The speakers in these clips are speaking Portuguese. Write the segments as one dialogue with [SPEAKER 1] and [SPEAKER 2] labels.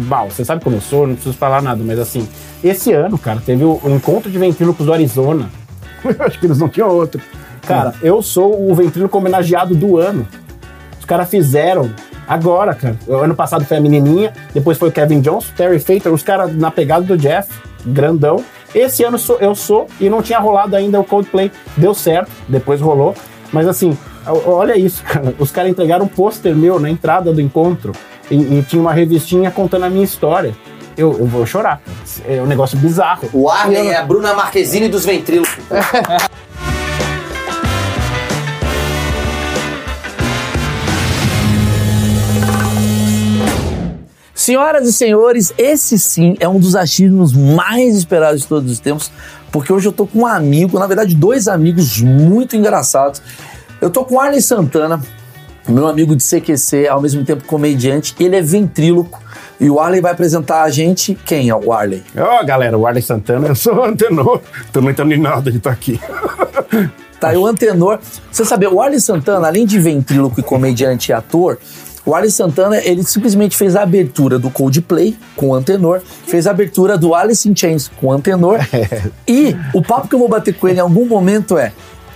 [SPEAKER 1] Bal, você sabe como eu sou, não preciso falar nada, mas assim, esse ano, cara, teve o, o encontro de ventrílocos do Arizona.
[SPEAKER 2] Eu acho que eles não tinham outro.
[SPEAKER 1] Cara, eu sou o ventríloco homenageado do ano. Os caras fizeram agora, cara. O ano passado foi a menininha, depois foi o Kevin Johnson, Terry Fator, os caras na pegada do Jeff, grandão. Esse ano sou, eu sou e não tinha rolado ainda o Coldplay. Deu certo, depois rolou. Mas assim, o- olha isso, cara. Os caras entregaram um pôster meu na entrada do encontro e, e tinha uma revistinha contando a minha história. Eu, eu vou chorar. É um negócio bizarro.
[SPEAKER 3] O Arlen é a Bruna Marquezine dos ventrílocos.
[SPEAKER 4] Senhoras e senhores, esse sim é um dos achismos mais esperados de todos os tempos, porque hoje eu tô com um amigo, na verdade, dois amigos muito engraçados. Eu tô com o Arlen Santana, meu amigo de CQC, ao mesmo tempo comediante, ele é ventríloco. E o Arley vai apresentar a gente quem é o Arley?
[SPEAKER 1] Ó, galera, o Arlen Santana.
[SPEAKER 2] Eu sou antenor, também tá ninado de estar aqui.
[SPEAKER 4] Tá, e o Antenor. Você sabia, o Arlen Santana, além de ventríloco e comediante e ator, o Arlen Santana, ele simplesmente fez a abertura do Coldplay com o Antenor, fez a abertura do Alice in Chains com o Antenor.
[SPEAKER 1] É.
[SPEAKER 4] E o papo que eu vou bater com ele em algum momento é: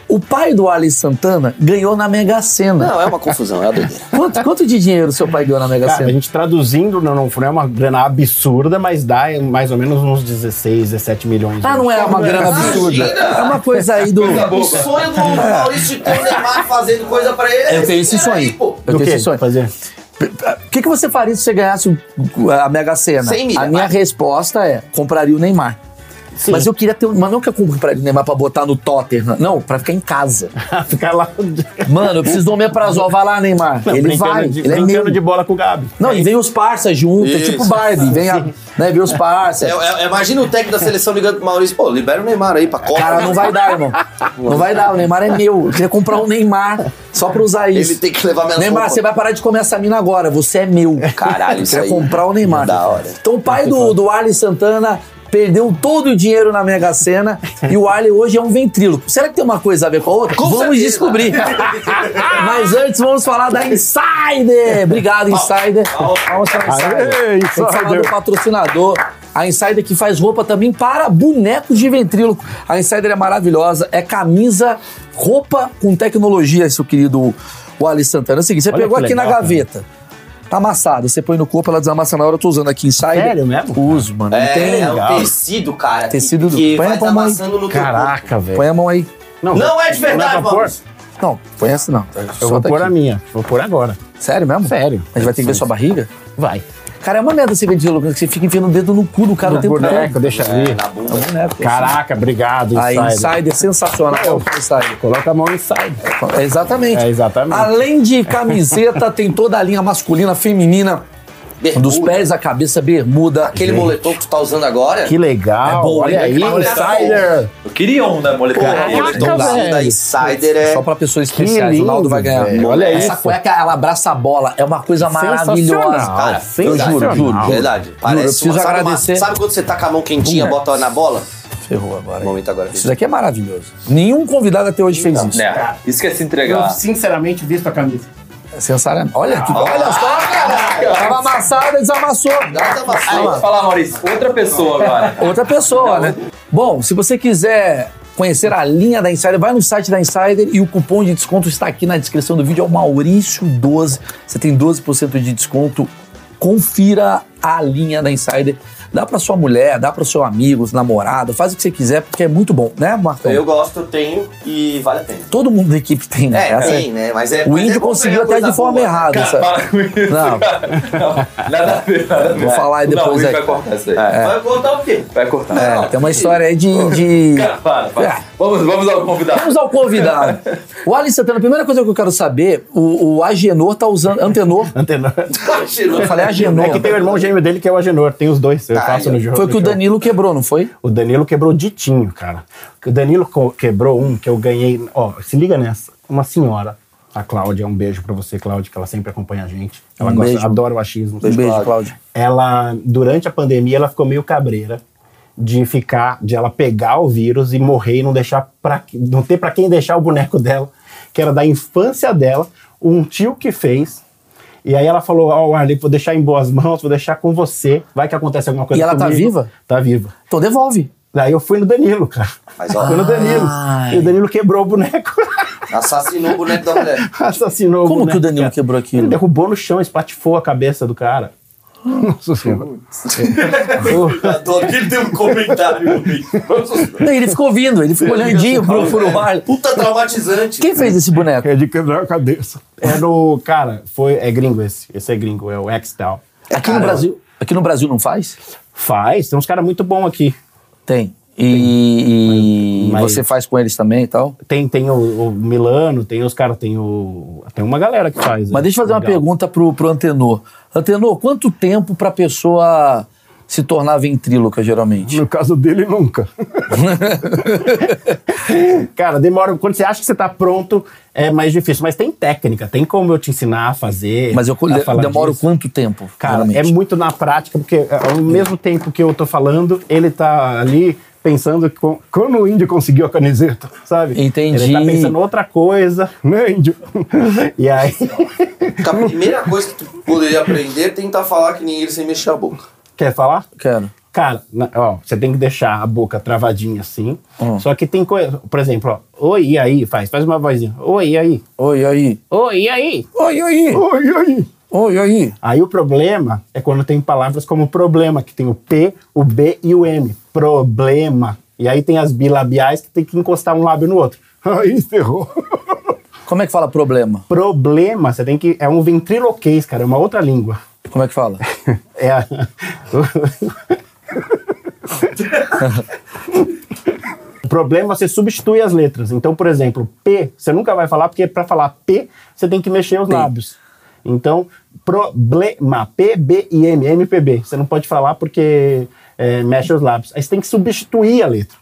[SPEAKER 4] o pai do Arlen Santana ganhou na Mega Sena.
[SPEAKER 3] Não, é uma confusão, é uma doideira.
[SPEAKER 4] Quanto, quanto de dinheiro seu pai ganhou na Mega
[SPEAKER 1] Cara, Assim, a
[SPEAKER 4] Sena?
[SPEAKER 1] gente traduzindo não, não é uma grana absurda, mas dá mais ou menos uns 16, 17 milhões.
[SPEAKER 4] Ah, não é uma grana absurda. É uma coisa aí do.
[SPEAKER 5] Tá
[SPEAKER 3] O sonho do Maurício de ter o Neymar fazendo coisa pra ele.
[SPEAKER 4] Eu tenho esse
[SPEAKER 3] Era aí,
[SPEAKER 4] sonho.
[SPEAKER 3] pô.
[SPEAKER 4] Eu
[SPEAKER 1] Do
[SPEAKER 4] tenho
[SPEAKER 1] que?
[SPEAKER 4] esse sonho.
[SPEAKER 1] Fazer.
[SPEAKER 4] O que, que você faria se você ganhasse o- a Mega Sena?
[SPEAKER 3] 100 milha,
[SPEAKER 4] a minha
[SPEAKER 3] vai.
[SPEAKER 4] resposta é: compraria o Neymar. Mas eu queria ter. um- Mas não que eu compraria o Neymar pra botar no Tottenham. Não, pra ficar em casa.
[SPEAKER 1] Ficar lá.
[SPEAKER 4] Mano, eu preciso do omeprazol. Vai lá, Neymar.
[SPEAKER 1] Não,
[SPEAKER 4] ele
[SPEAKER 1] brincando
[SPEAKER 4] vai.
[SPEAKER 1] de,
[SPEAKER 4] ele é
[SPEAKER 1] brincando
[SPEAKER 4] meu.
[SPEAKER 1] de bola com o Gabi. É
[SPEAKER 4] Não, e vem os parças juntos. É
[SPEAKER 3] Isso.
[SPEAKER 4] tipo Barbie. Vem, a, né, vem os parças.
[SPEAKER 3] É, é, imagina o técnico da seleção ligando pro Maurício, pô, libera o Neymar aí pra Copa.
[SPEAKER 4] Cara, não vai dar, irmão. Não vai dar. O Neymar é meu. Eu queria comprar um Neymar só pra usar
[SPEAKER 3] Ele
[SPEAKER 4] isso.
[SPEAKER 3] tem que levar menos
[SPEAKER 4] Neymar,
[SPEAKER 3] roupa.
[SPEAKER 4] você vai parar de comer essa mina agora. Você é meu.
[SPEAKER 3] Caralho, isso
[SPEAKER 4] Você
[SPEAKER 3] aí.
[SPEAKER 4] vai comprar o Neymar.
[SPEAKER 3] Da hora.
[SPEAKER 4] Então o pai do, do Arlen Santana perdeu todo o dinheiro na Mega Sena e o Arlen hoje é um ventríloco. Será que tem uma coisa a ver com a outra?
[SPEAKER 3] Com
[SPEAKER 4] vamos
[SPEAKER 3] certeza.
[SPEAKER 4] descobrir. Mas antes vamos falar da Insider. Obrigado, Insider. Vamos falar da Insider.
[SPEAKER 2] Aê,
[SPEAKER 4] Tem que falar
[SPEAKER 2] Insider.
[SPEAKER 4] do patrocinador. A Insider que faz roupa também para bonecos de ventríloco. A Insider é maravilhosa, é camisa, roupa com tecnologia, seu querido Wally Santana. É o seguinte, você
[SPEAKER 1] Olha
[SPEAKER 4] pegou
[SPEAKER 1] que
[SPEAKER 4] aqui na
[SPEAKER 1] legal,
[SPEAKER 4] gaveta. Tá amassada, você põe no corpo, ela desamassa na hora. Eu tô usando aqui Insider.
[SPEAKER 1] Sério mesmo?
[SPEAKER 4] Uso, mano. não
[SPEAKER 3] É,
[SPEAKER 4] tem.
[SPEAKER 3] é
[SPEAKER 1] legal.
[SPEAKER 3] um tecido, cara.
[SPEAKER 4] Tecido do- é
[SPEAKER 3] que
[SPEAKER 4] Põe
[SPEAKER 3] vai
[SPEAKER 4] a palma aí.
[SPEAKER 3] amassando no teu corpo.
[SPEAKER 1] Caraca, velho.
[SPEAKER 4] Põe a mão aí.
[SPEAKER 3] Não é de verdade,
[SPEAKER 1] eu vou pôr,
[SPEAKER 3] Maurício.
[SPEAKER 4] Não, põe essa não.
[SPEAKER 1] Eu vou
[SPEAKER 4] Solta
[SPEAKER 1] pôr
[SPEAKER 4] aqui.
[SPEAKER 1] a minha. Vou pôr agora.
[SPEAKER 4] Sério mesmo?
[SPEAKER 1] Sério.
[SPEAKER 4] A gente vai ter que ver sua barriga?
[SPEAKER 1] Vai.
[SPEAKER 4] Cara, é uma merda você ver de louco, que você fica enfiando o dedo no cu do cara o tempo
[SPEAKER 1] Boneco,
[SPEAKER 4] todo. um
[SPEAKER 1] deixa
[SPEAKER 3] É,
[SPEAKER 1] ali.
[SPEAKER 3] na bunda.
[SPEAKER 4] Boneco.
[SPEAKER 1] Caraca, obrigado,
[SPEAKER 4] A
[SPEAKER 1] Insider.
[SPEAKER 4] Insider é sensacional. Insider.
[SPEAKER 1] Coloca a mão inside.
[SPEAKER 4] É, Exatamente.
[SPEAKER 1] É, exatamente.
[SPEAKER 4] Além de camiseta, tem toda a linha masculina, feminina,
[SPEAKER 3] Bermuda.
[SPEAKER 4] um dos pés à cabeça, bermuda.
[SPEAKER 3] Aquele moletom que tu tá usando agora.
[SPEAKER 1] Que legal.
[SPEAKER 4] É boa,
[SPEAKER 1] Olha
[SPEAKER 4] né?
[SPEAKER 1] aí,
[SPEAKER 4] Que maneiro.
[SPEAKER 1] Insider.
[SPEAKER 5] Eu queria um, né, moleque?
[SPEAKER 3] Cara, o moletomzinho
[SPEAKER 1] velho.
[SPEAKER 3] da Insider é...
[SPEAKER 4] Só pra pessoas especiais.
[SPEAKER 1] lindo,
[SPEAKER 4] o Naldo vai ganhar.
[SPEAKER 1] velho. Olha
[SPEAKER 4] Essa
[SPEAKER 1] isso.
[SPEAKER 4] cueca, ela abraça a bola. É uma coisa maravilhosa.
[SPEAKER 1] Sensacional.
[SPEAKER 3] Cara,
[SPEAKER 1] Sensacional.
[SPEAKER 3] verdade,
[SPEAKER 4] Eu juro, juro.
[SPEAKER 3] Verdade.
[SPEAKER 4] Juro,
[SPEAKER 3] Parece
[SPEAKER 4] eu preciso
[SPEAKER 3] uma, sabe,
[SPEAKER 4] agradecer.
[SPEAKER 3] uma- sabe quando você tá com a mão quentinha, bota na bola?
[SPEAKER 4] Ferrou agora. hein?
[SPEAKER 3] Momento agora.
[SPEAKER 4] Isso daqui é maravilhoso. Nenhum convidado até hoje fez isso.
[SPEAKER 5] Né, isso que é se
[SPEAKER 1] Eu
[SPEAKER 5] entregar.
[SPEAKER 1] sinceramente visto a camisa.
[SPEAKER 4] É sensacional. Olha que. Olha só.
[SPEAKER 3] caraca!
[SPEAKER 4] Tava amassada, desamassou.
[SPEAKER 3] Nada
[SPEAKER 5] Aí,
[SPEAKER 3] amassou.
[SPEAKER 5] vou falar, Maurício, outra pessoa agora.
[SPEAKER 3] É.
[SPEAKER 4] Outra pessoa, né? Bom, se você quiser conhecer a linha da Insider, vai no site da Insider e o cupom de desconto está aqui na descrição do vídeo, é o Maurício12. Você tem 12% de desconto. Confira a linha da Insider. Dá pra sua mulher, dá para seu amigo, namorado, faz o que você quiser, porque é muito bom, né, Marcão?
[SPEAKER 3] Eu gosto, eu tenho e vale a pena.
[SPEAKER 4] Todo mundo da equipe tem, né?
[SPEAKER 3] É,
[SPEAKER 4] Essa
[SPEAKER 3] tem, né? Mas é,
[SPEAKER 4] O
[SPEAKER 3] mas
[SPEAKER 4] índio
[SPEAKER 3] é bom
[SPEAKER 4] conseguiu
[SPEAKER 3] pegar
[SPEAKER 4] até
[SPEAKER 3] coisa
[SPEAKER 4] de forma
[SPEAKER 3] boa.
[SPEAKER 4] errada, sabe?
[SPEAKER 5] Para com isso,
[SPEAKER 4] Não.
[SPEAKER 5] cara. Não, nada a ver, nada a ver.
[SPEAKER 4] Vou falar aí
[SPEAKER 5] não,
[SPEAKER 4] depois
[SPEAKER 5] o Igor
[SPEAKER 4] aí.
[SPEAKER 5] vai cortar isso aí.
[SPEAKER 3] É. Vai cortar o quê?
[SPEAKER 5] Vai cortar.
[SPEAKER 4] É, tem uma história aí de. de-
[SPEAKER 5] Cara, para, para.
[SPEAKER 4] É.
[SPEAKER 5] Vamos, vamos ao convidado.
[SPEAKER 4] Vamos ao convidado. O Alice Santana, a primeira coisa que eu quero saber, o, o Agenor tá usando. Antenor.
[SPEAKER 1] Antenor.
[SPEAKER 4] Eu falei Agenor.
[SPEAKER 1] É que tem o irmão gêmeo dele que é o Agenor. Tem os dois. Eu faço no jogo.
[SPEAKER 4] Foi o que o
[SPEAKER 1] no jogo.
[SPEAKER 4] Danilo quebrou, não foi?
[SPEAKER 1] O Danilo quebrou ditinho, cara. O Danilo co- quebrou um que eu ganhei. Ó, se liga nessa. Uma senhora, a Cláudia, um beijo pra você, Cláudia, que ela sempre acompanha a gente. Ela
[SPEAKER 4] Um
[SPEAKER 1] gosta,
[SPEAKER 4] beijo.
[SPEAKER 1] adora o achismo.
[SPEAKER 4] Um beijo, Cláudia.
[SPEAKER 1] Ela, durante a pandemia, ela ficou meio cabreira de ficar, de ela pegar o vírus e morrer e não deixar para não ter pra quem deixar o boneco dela, que era da infância dela, um tio que fez. E aí ela falou, ó, Arley, vou deixar em boas mãos, vou deixar com você. Vai que acontece alguma coisa
[SPEAKER 4] E ela tá
[SPEAKER 1] comigo.
[SPEAKER 4] viva?
[SPEAKER 1] Tá viva.
[SPEAKER 4] Então devolve.
[SPEAKER 1] Daí eu fui no Danilo, cara.
[SPEAKER 3] Mas, ó,
[SPEAKER 1] Fui no Danilo.
[SPEAKER 4] Ai.
[SPEAKER 1] E o Danilo quebrou o boneco.
[SPEAKER 3] assassinou o boneco da mulher.
[SPEAKER 1] Assassinou o
[SPEAKER 4] Como
[SPEAKER 1] boneco.
[SPEAKER 4] que o Danilo
[SPEAKER 1] cara.
[SPEAKER 4] quebrou aquilo?
[SPEAKER 1] Ele derrubou no chão, espatifou a cabeça do cara.
[SPEAKER 2] Nossa senhora.
[SPEAKER 3] Adoro que ele tem um comentário.
[SPEAKER 4] Não, ele ficou ouvindo, ele ficou olhandinho
[SPEAKER 1] assim,
[SPEAKER 4] pro, pro Arley.
[SPEAKER 3] Puta traumatizante.
[SPEAKER 4] Quem fez esse boneco?
[SPEAKER 2] É de quebrar a cabeça.
[SPEAKER 1] É no. Cara, foi. É gringo esse. Esse é gringo, é o X-Tal.
[SPEAKER 4] Aqui no Brasil. Aqui no Brasil não faz?
[SPEAKER 1] Faz, tem uns caras muito bons aqui.
[SPEAKER 4] Tem. E, e
[SPEAKER 1] Mas-
[SPEAKER 4] você faz com eles também e tal?
[SPEAKER 1] Tem, tem o, o Milano, tem os caras, tem o. Tem uma galera que faz.
[SPEAKER 4] Mas
[SPEAKER 1] é
[SPEAKER 4] deixa eu fazer uma
[SPEAKER 1] legal.
[SPEAKER 4] pergunta pro, pro Antenor. Antenor, quanto tempo pra pessoa se tornar ventríloca, geralmente?
[SPEAKER 2] No caso dele, nunca.
[SPEAKER 1] Cara, demora. Quando você acha que você tá pronto, é mais difícil. Mas tem técnica, tem como eu te ensinar a fazer.
[SPEAKER 4] Mas eu co-
[SPEAKER 1] a falar
[SPEAKER 4] demoro
[SPEAKER 1] disso.
[SPEAKER 4] quanto tempo?
[SPEAKER 1] Cara, é
[SPEAKER 4] geralmente?
[SPEAKER 1] muito na prática, porque é, ao mesmo tempo que eu tô falando, ele tá ali pensando, com,
[SPEAKER 2] Quando o índio conseguiu a camiseta,
[SPEAKER 1] sabe?
[SPEAKER 4] Entendi.
[SPEAKER 1] Ele tá pensando outra coisa.
[SPEAKER 2] né, índio?
[SPEAKER 1] E aí.
[SPEAKER 3] A primeira coisa que tu poderia aprender é tentar falar que nem ele sem mexer a boca.
[SPEAKER 1] Quer falar?
[SPEAKER 4] Quero.
[SPEAKER 1] Cara, na- ó, você tem que deixar a boca travadinha assim.
[SPEAKER 4] Hum.
[SPEAKER 1] Só que tem coisa. Por exemplo, ó. Oi, e aí? Faz, faz uma vozinha. Oi, e aí?
[SPEAKER 4] Oi, aí.
[SPEAKER 1] Oi, e aí?
[SPEAKER 4] Oi, aí.
[SPEAKER 2] Oi, oi.
[SPEAKER 4] Oi, aí.
[SPEAKER 1] Aí o problema é quando tem palavras como problema, que tem o P, o B e o M. Problema. E aí tem as bilabiais que tem que encostar um lábio no outro.
[SPEAKER 2] Aí encerrou.
[SPEAKER 4] Como é que fala problema?
[SPEAKER 1] Problema, você tem que. É um ventriloquês, cara, é uma outra língua.
[SPEAKER 4] Como é que fala?
[SPEAKER 1] É a. O problema é você substitui as letras. Então, por exemplo, P, você nunca vai falar, porque para falar P, você tem que mexer os lábios. Então, problema, P, B e M, MPB. Você não pode falar porque é, mexe os lábios. Aí você tem que substituir a letra.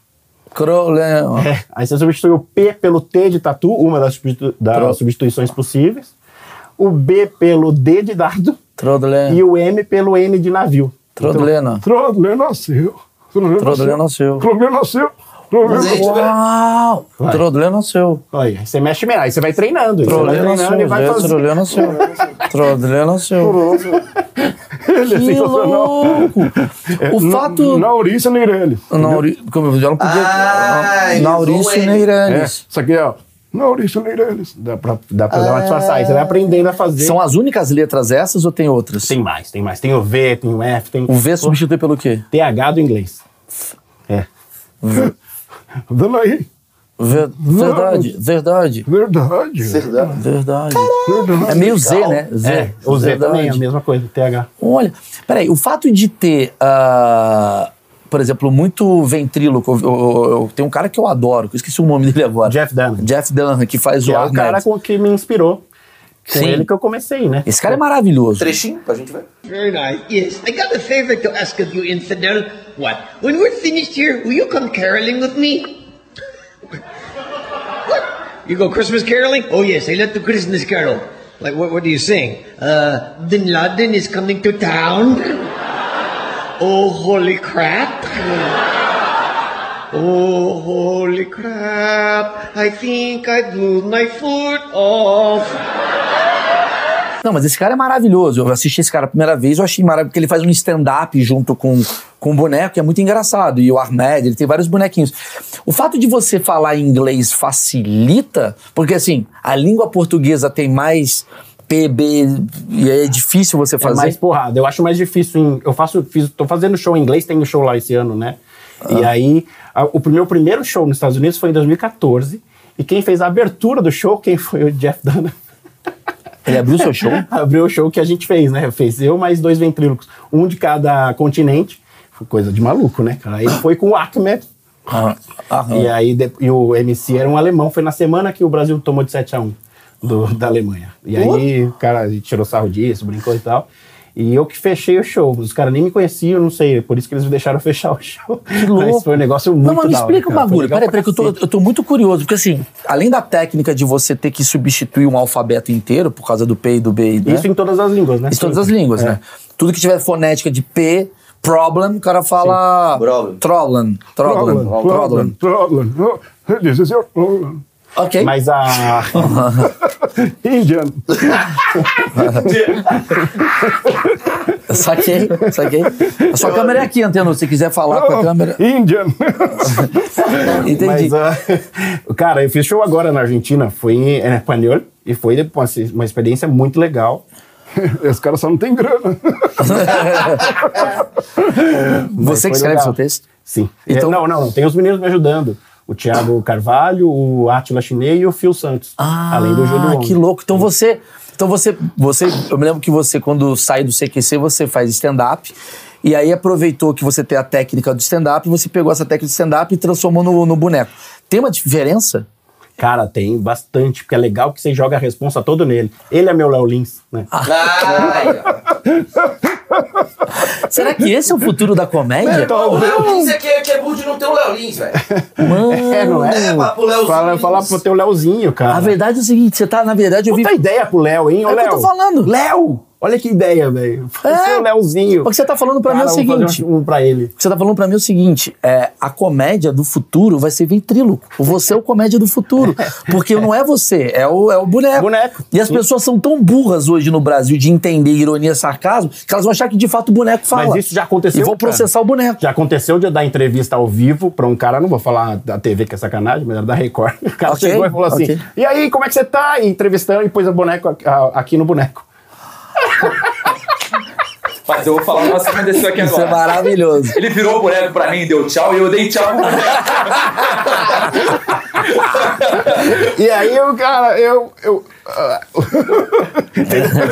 [SPEAKER 4] Problema.
[SPEAKER 1] É, aí você substitui o P pelo T de tatu, uma das, substitu- das
[SPEAKER 4] Pro-
[SPEAKER 1] substituições possíveis. O B pelo D de dado. E
[SPEAKER 4] Trodolena.
[SPEAKER 1] o M pelo N de navio.
[SPEAKER 4] Trodolena.
[SPEAKER 2] Trodler nasceu.
[SPEAKER 4] Trodolena nasceu.
[SPEAKER 2] Trodler nasceu.
[SPEAKER 3] Mas aí,
[SPEAKER 2] Trodler
[SPEAKER 3] tipo,
[SPEAKER 4] Uau! Trodolena nasceu.
[SPEAKER 1] Olha, aí você mexe melhor, aí você vai treinando. aí Você vai
[SPEAKER 4] Trodolena
[SPEAKER 1] treinando e vai
[SPEAKER 4] nasceu.
[SPEAKER 1] fazendo.
[SPEAKER 4] Trodolena nasceu. Trodolena nasceu. é
[SPEAKER 1] é
[SPEAKER 4] Que louco! O fato...
[SPEAKER 2] Naurício Neirelles.
[SPEAKER 4] Nauri... Como eu já não podia...
[SPEAKER 3] Ah,
[SPEAKER 4] Ah,
[SPEAKER 3] eles
[SPEAKER 4] Naurício
[SPEAKER 3] zoam ele.
[SPEAKER 2] É,
[SPEAKER 4] Neireles.
[SPEAKER 2] isso aqui é ó, Naurício Neirelles.
[SPEAKER 1] Dá pra, dá pra dar uma disfarçada. Aí você vai aprendendo a fazer.
[SPEAKER 4] São as únicas letras essas ou tem outras?
[SPEAKER 1] É. Tem mais, tem mais. Tem o V, tem o F, tem
[SPEAKER 4] O V substitui pelo quê?
[SPEAKER 1] TH do inglês. É.
[SPEAKER 2] Dando aí.
[SPEAKER 4] Ver- Verdade, verdade,
[SPEAKER 2] Verdade.
[SPEAKER 3] Verdade.
[SPEAKER 4] verdade. É meio Z, né? Z.
[SPEAKER 1] é. O Z
[SPEAKER 4] verdade.
[SPEAKER 1] também é a mesma coisa, TH.
[SPEAKER 4] Olha, peraí, o fato de ter, ah, por exemplo, muito ventríloco, eu- eu- eu- tem um cara que eu adoro, que eu esqueci o nome dele agora.
[SPEAKER 1] Jeff Dunham.
[SPEAKER 4] Jeff Dunham, que faz
[SPEAKER 1] Que é o
[SPEAKER 4] Arnold.
[SPEAKER 1] cara com que me inspirou. Com
[SPEAKER 4] Sim.
[SPEAKER 1] ele que eu comecei, né?
[SPEAKER 4] Esse cara é maravilhoso.
[SPEAKER 3] Trechinho pra gente ver.
[SPEAKER 6] Very nice. Yes, I got a favor to ask of you, infidel. What? When we're finished here, will you come caroling with me? what? You go Christmas caroling? Oh yes, I love to Christmas carol. Like what? What do you sing? Uh, Bin Laden is coming to town. oh holy crap! oh holy crap! I think I blew my foot off.
[SPEAKER 4] Não, mas esse cara é maravilhoso. Eu assisti esse cara a primeira vez, eu achei maravilhoso, porque ele faz um stand-up junto com, com um boneco, que é muito engraçado. E o Ahmed, ele tem vários bonequinhos. O fato de você falar inglês facilita, porque assim, a língua portuguesa tem mais PB, e é difícil você
[SPEAKER 1] É
[SPEAKER 4] fazer.
[SPEAKER 1] mais porrada. Eu acho mais difícil. em- eu faço, fiz, tô fazendo show em inglês, tem um show lá esse ano, né? E
[SPEAKER 4] Ah.
[SPEAKER 1] aí, a- o pr- meu primeiro show nos Estados Unidos foi em 2014. E quem fez a abertura do show, quem foi o Jeff Dunham.
[SPEAKER 4] Ele abriu seu show?
[SPEAKER 1] Abriu o show que a gente fez, né? Fez eu mais dois ventrílocos, um de cada continente. Foi coisa de maluco, né, cara? Aí foi com o Ahmed. Ah,
[SPEAKER 4] Aham. Aham.
[SPEAKER 1] E aí de- e o MC era um alemão. Foi na semana que o Brasil tomou de 7 a 1 do- da Alemanha. E aí o cara a gente tirou sarro disso, brincou e tal. E eu que fechei o show. Os caras nem me conheciam, não sei. Por isso que eles me deixaram fechar o show.
[SPEAKER 4] Que louco.
[SPEAKER 1] Mas foi um negócio muito
[SPEAKER 4] Não, mas me
[SPEAKER 1] da hora,
[SPEAKER 4] explica o
[SPEAKER 1] cara. Foi
[SPEAKER 4] bagulho.
[SPEAKER 1] legal
[SPEAKER 4] Peraí,
[SPEAKER 1] pra
[SPEAKER 4] peraí, que eu tô, eu tô muito curioso. Porque assim, além da técnica de você ter que substituir um alfabeto inteiro por causa do P e do B, né?
[SPEAKER 1] Isso em todas as línguas, né?
[SPEAKER 4] Em todas as línguas, né? Tudo que tiver fonética de P, problem, o cara fala.
[SPEAKER 3] Problem.
[SPEAKER 4] Trollan. Trollan.
[SPEAKER 2] Trodler.
[SPEAKER 4] Trollan.
[SPEAKER 2] Trodler. Trodler. Ele disse, eu. Trodler.
[SPEAKER 4] Ok.
[SPEAKER 1] Mas a.
[SPEAKER 2] Indiano.
[SPEAKER 4] Saquei, saquei. A sua câmera é aqui, Anteno. Se quiser falar com a câmera.
[SPEAKER 2] Indiano.
[SPEAKER 4] Entendi.
[SPEAKER 1] Mas, ah, cara, eu fiz show agora na Argentina, foi em em espanhol, e foi depois, assim, uma experiência muito legal.
[SPEAKER 2] Esse cara só não tem grana.
[SPEAKER 1] Mas
[SPEAKER 4] Você
[SPEAKER 1] foi
[SPEAKER 4] que escreve
[SPEAKER 1] legal.
[SPEAKER 4] seu texto?
[SPEAKER 1] Sim.
[SPEAKER 4] Então-
[SPEAKER 1] É, não, não, não, tem os meninos me ajudando. O Thiago Carvalho, o Átila Chinei e o Phil Santos. além do Júlio Wong.
[SPEAKER 4] Ah, que louco. Então você, então você, você, eu me lembro que você quando sai do CQC você faz stand-up e aí aproveitou que você tem a técnica do stand-up, você pegou essa técnica do stand-up e transformou no, no boneco. Tem uma diferença?
[SPEAKER 1] Cara, tem bastante, porque é legal que você joga a responsa toda nele. Ele é meu Léo Lins, né?
[SPEAKER 4] Ah,
[SPEAKER 3] Ai, ó.
[SPEAKER 4] Será que esse é o futuro da comédia?
[SPEAKER 3] o Léo Lins é que é, que é burro de não ter o Léo Lins, velho.
[SPEAKER 1] é, não
[SPEAKER 3] É,
[SPEAKER 1] é?
[SPEAKER 3] mas pro Léo
[SPEAKER 1] Fala,
[SPEAKER 3] Lins-
[SPEAKER 1] fala pro teu Léozinho, cara.
[SPEAKER 4] A verdade é o seguinte, você tá na verdade eu vi
[SPEAKER 1] Puta ideia pro Léo, hein? Ô,
[SPEAKER 4] É o que eu
[SPEAKER 1] Léo.
[SPEAKER 4] tô falando.
[SPEAKER 1] Léo! Olha que ideia, velho. Você é o Léozinho.
[SPEAKER 4] O que você tá falando pra mim é
[SPEAKER 1] Cara,
[SPEAKER 4] o
[SPEAKER 1] eu vou fazer
[SPEAKER 4] seguinte.
[SPEAKER 1] Um pra ele.
[SPEAKER 4] Você tá falando pra mim o seguinte, é, a comédia do futuro vai ser ventríloco. Você é o comédia do futuro. Porque não é você, é o, é o boneco.
[SPEAKER 1] Boneco.
[SPEAKER 4] E as
[SPEAKER 1] Sim.
[SPEAKER 4] pessoas são tão burras hoje no Brasil de entender ironia e sarcasmo que elas vão achar que de fato o boneco fala.
[SPEAKER 1] Mas isso já aconteceu,
[SPEAKER 4] E vão
[SPEAKER 1] cara.
[SPEAKER 4] processar o boneco.
[SPEAKER 1] Já aconteceu de eu dar entrevista ao vivo pra um cara, não vou falar da TV que é sacanagem, mas era da Record. O cara
[SPEAKER 4] Ok,
[SPEAKER 1] chegou e falou assim:
[SPEAKER 4] ok.
[SPEAKER 1] E aí, como é que você tá? E entrevistando e pôs o boneco aqui- a- aqui no boneco.
[SPEAKER 5] Mas eu vou falar o que aconteceu aqui
[SPEAKER 4] Isso é
[SPEAKER 5] agora.
[SPEAKER 4] maravilhoso.
[SPEAKER 5] Ele virou o boneco pra mim, deu tchau e eu dei tchau pro boneco.
[SPEAKER 2] E aí, eu, cara, eu. eu ah,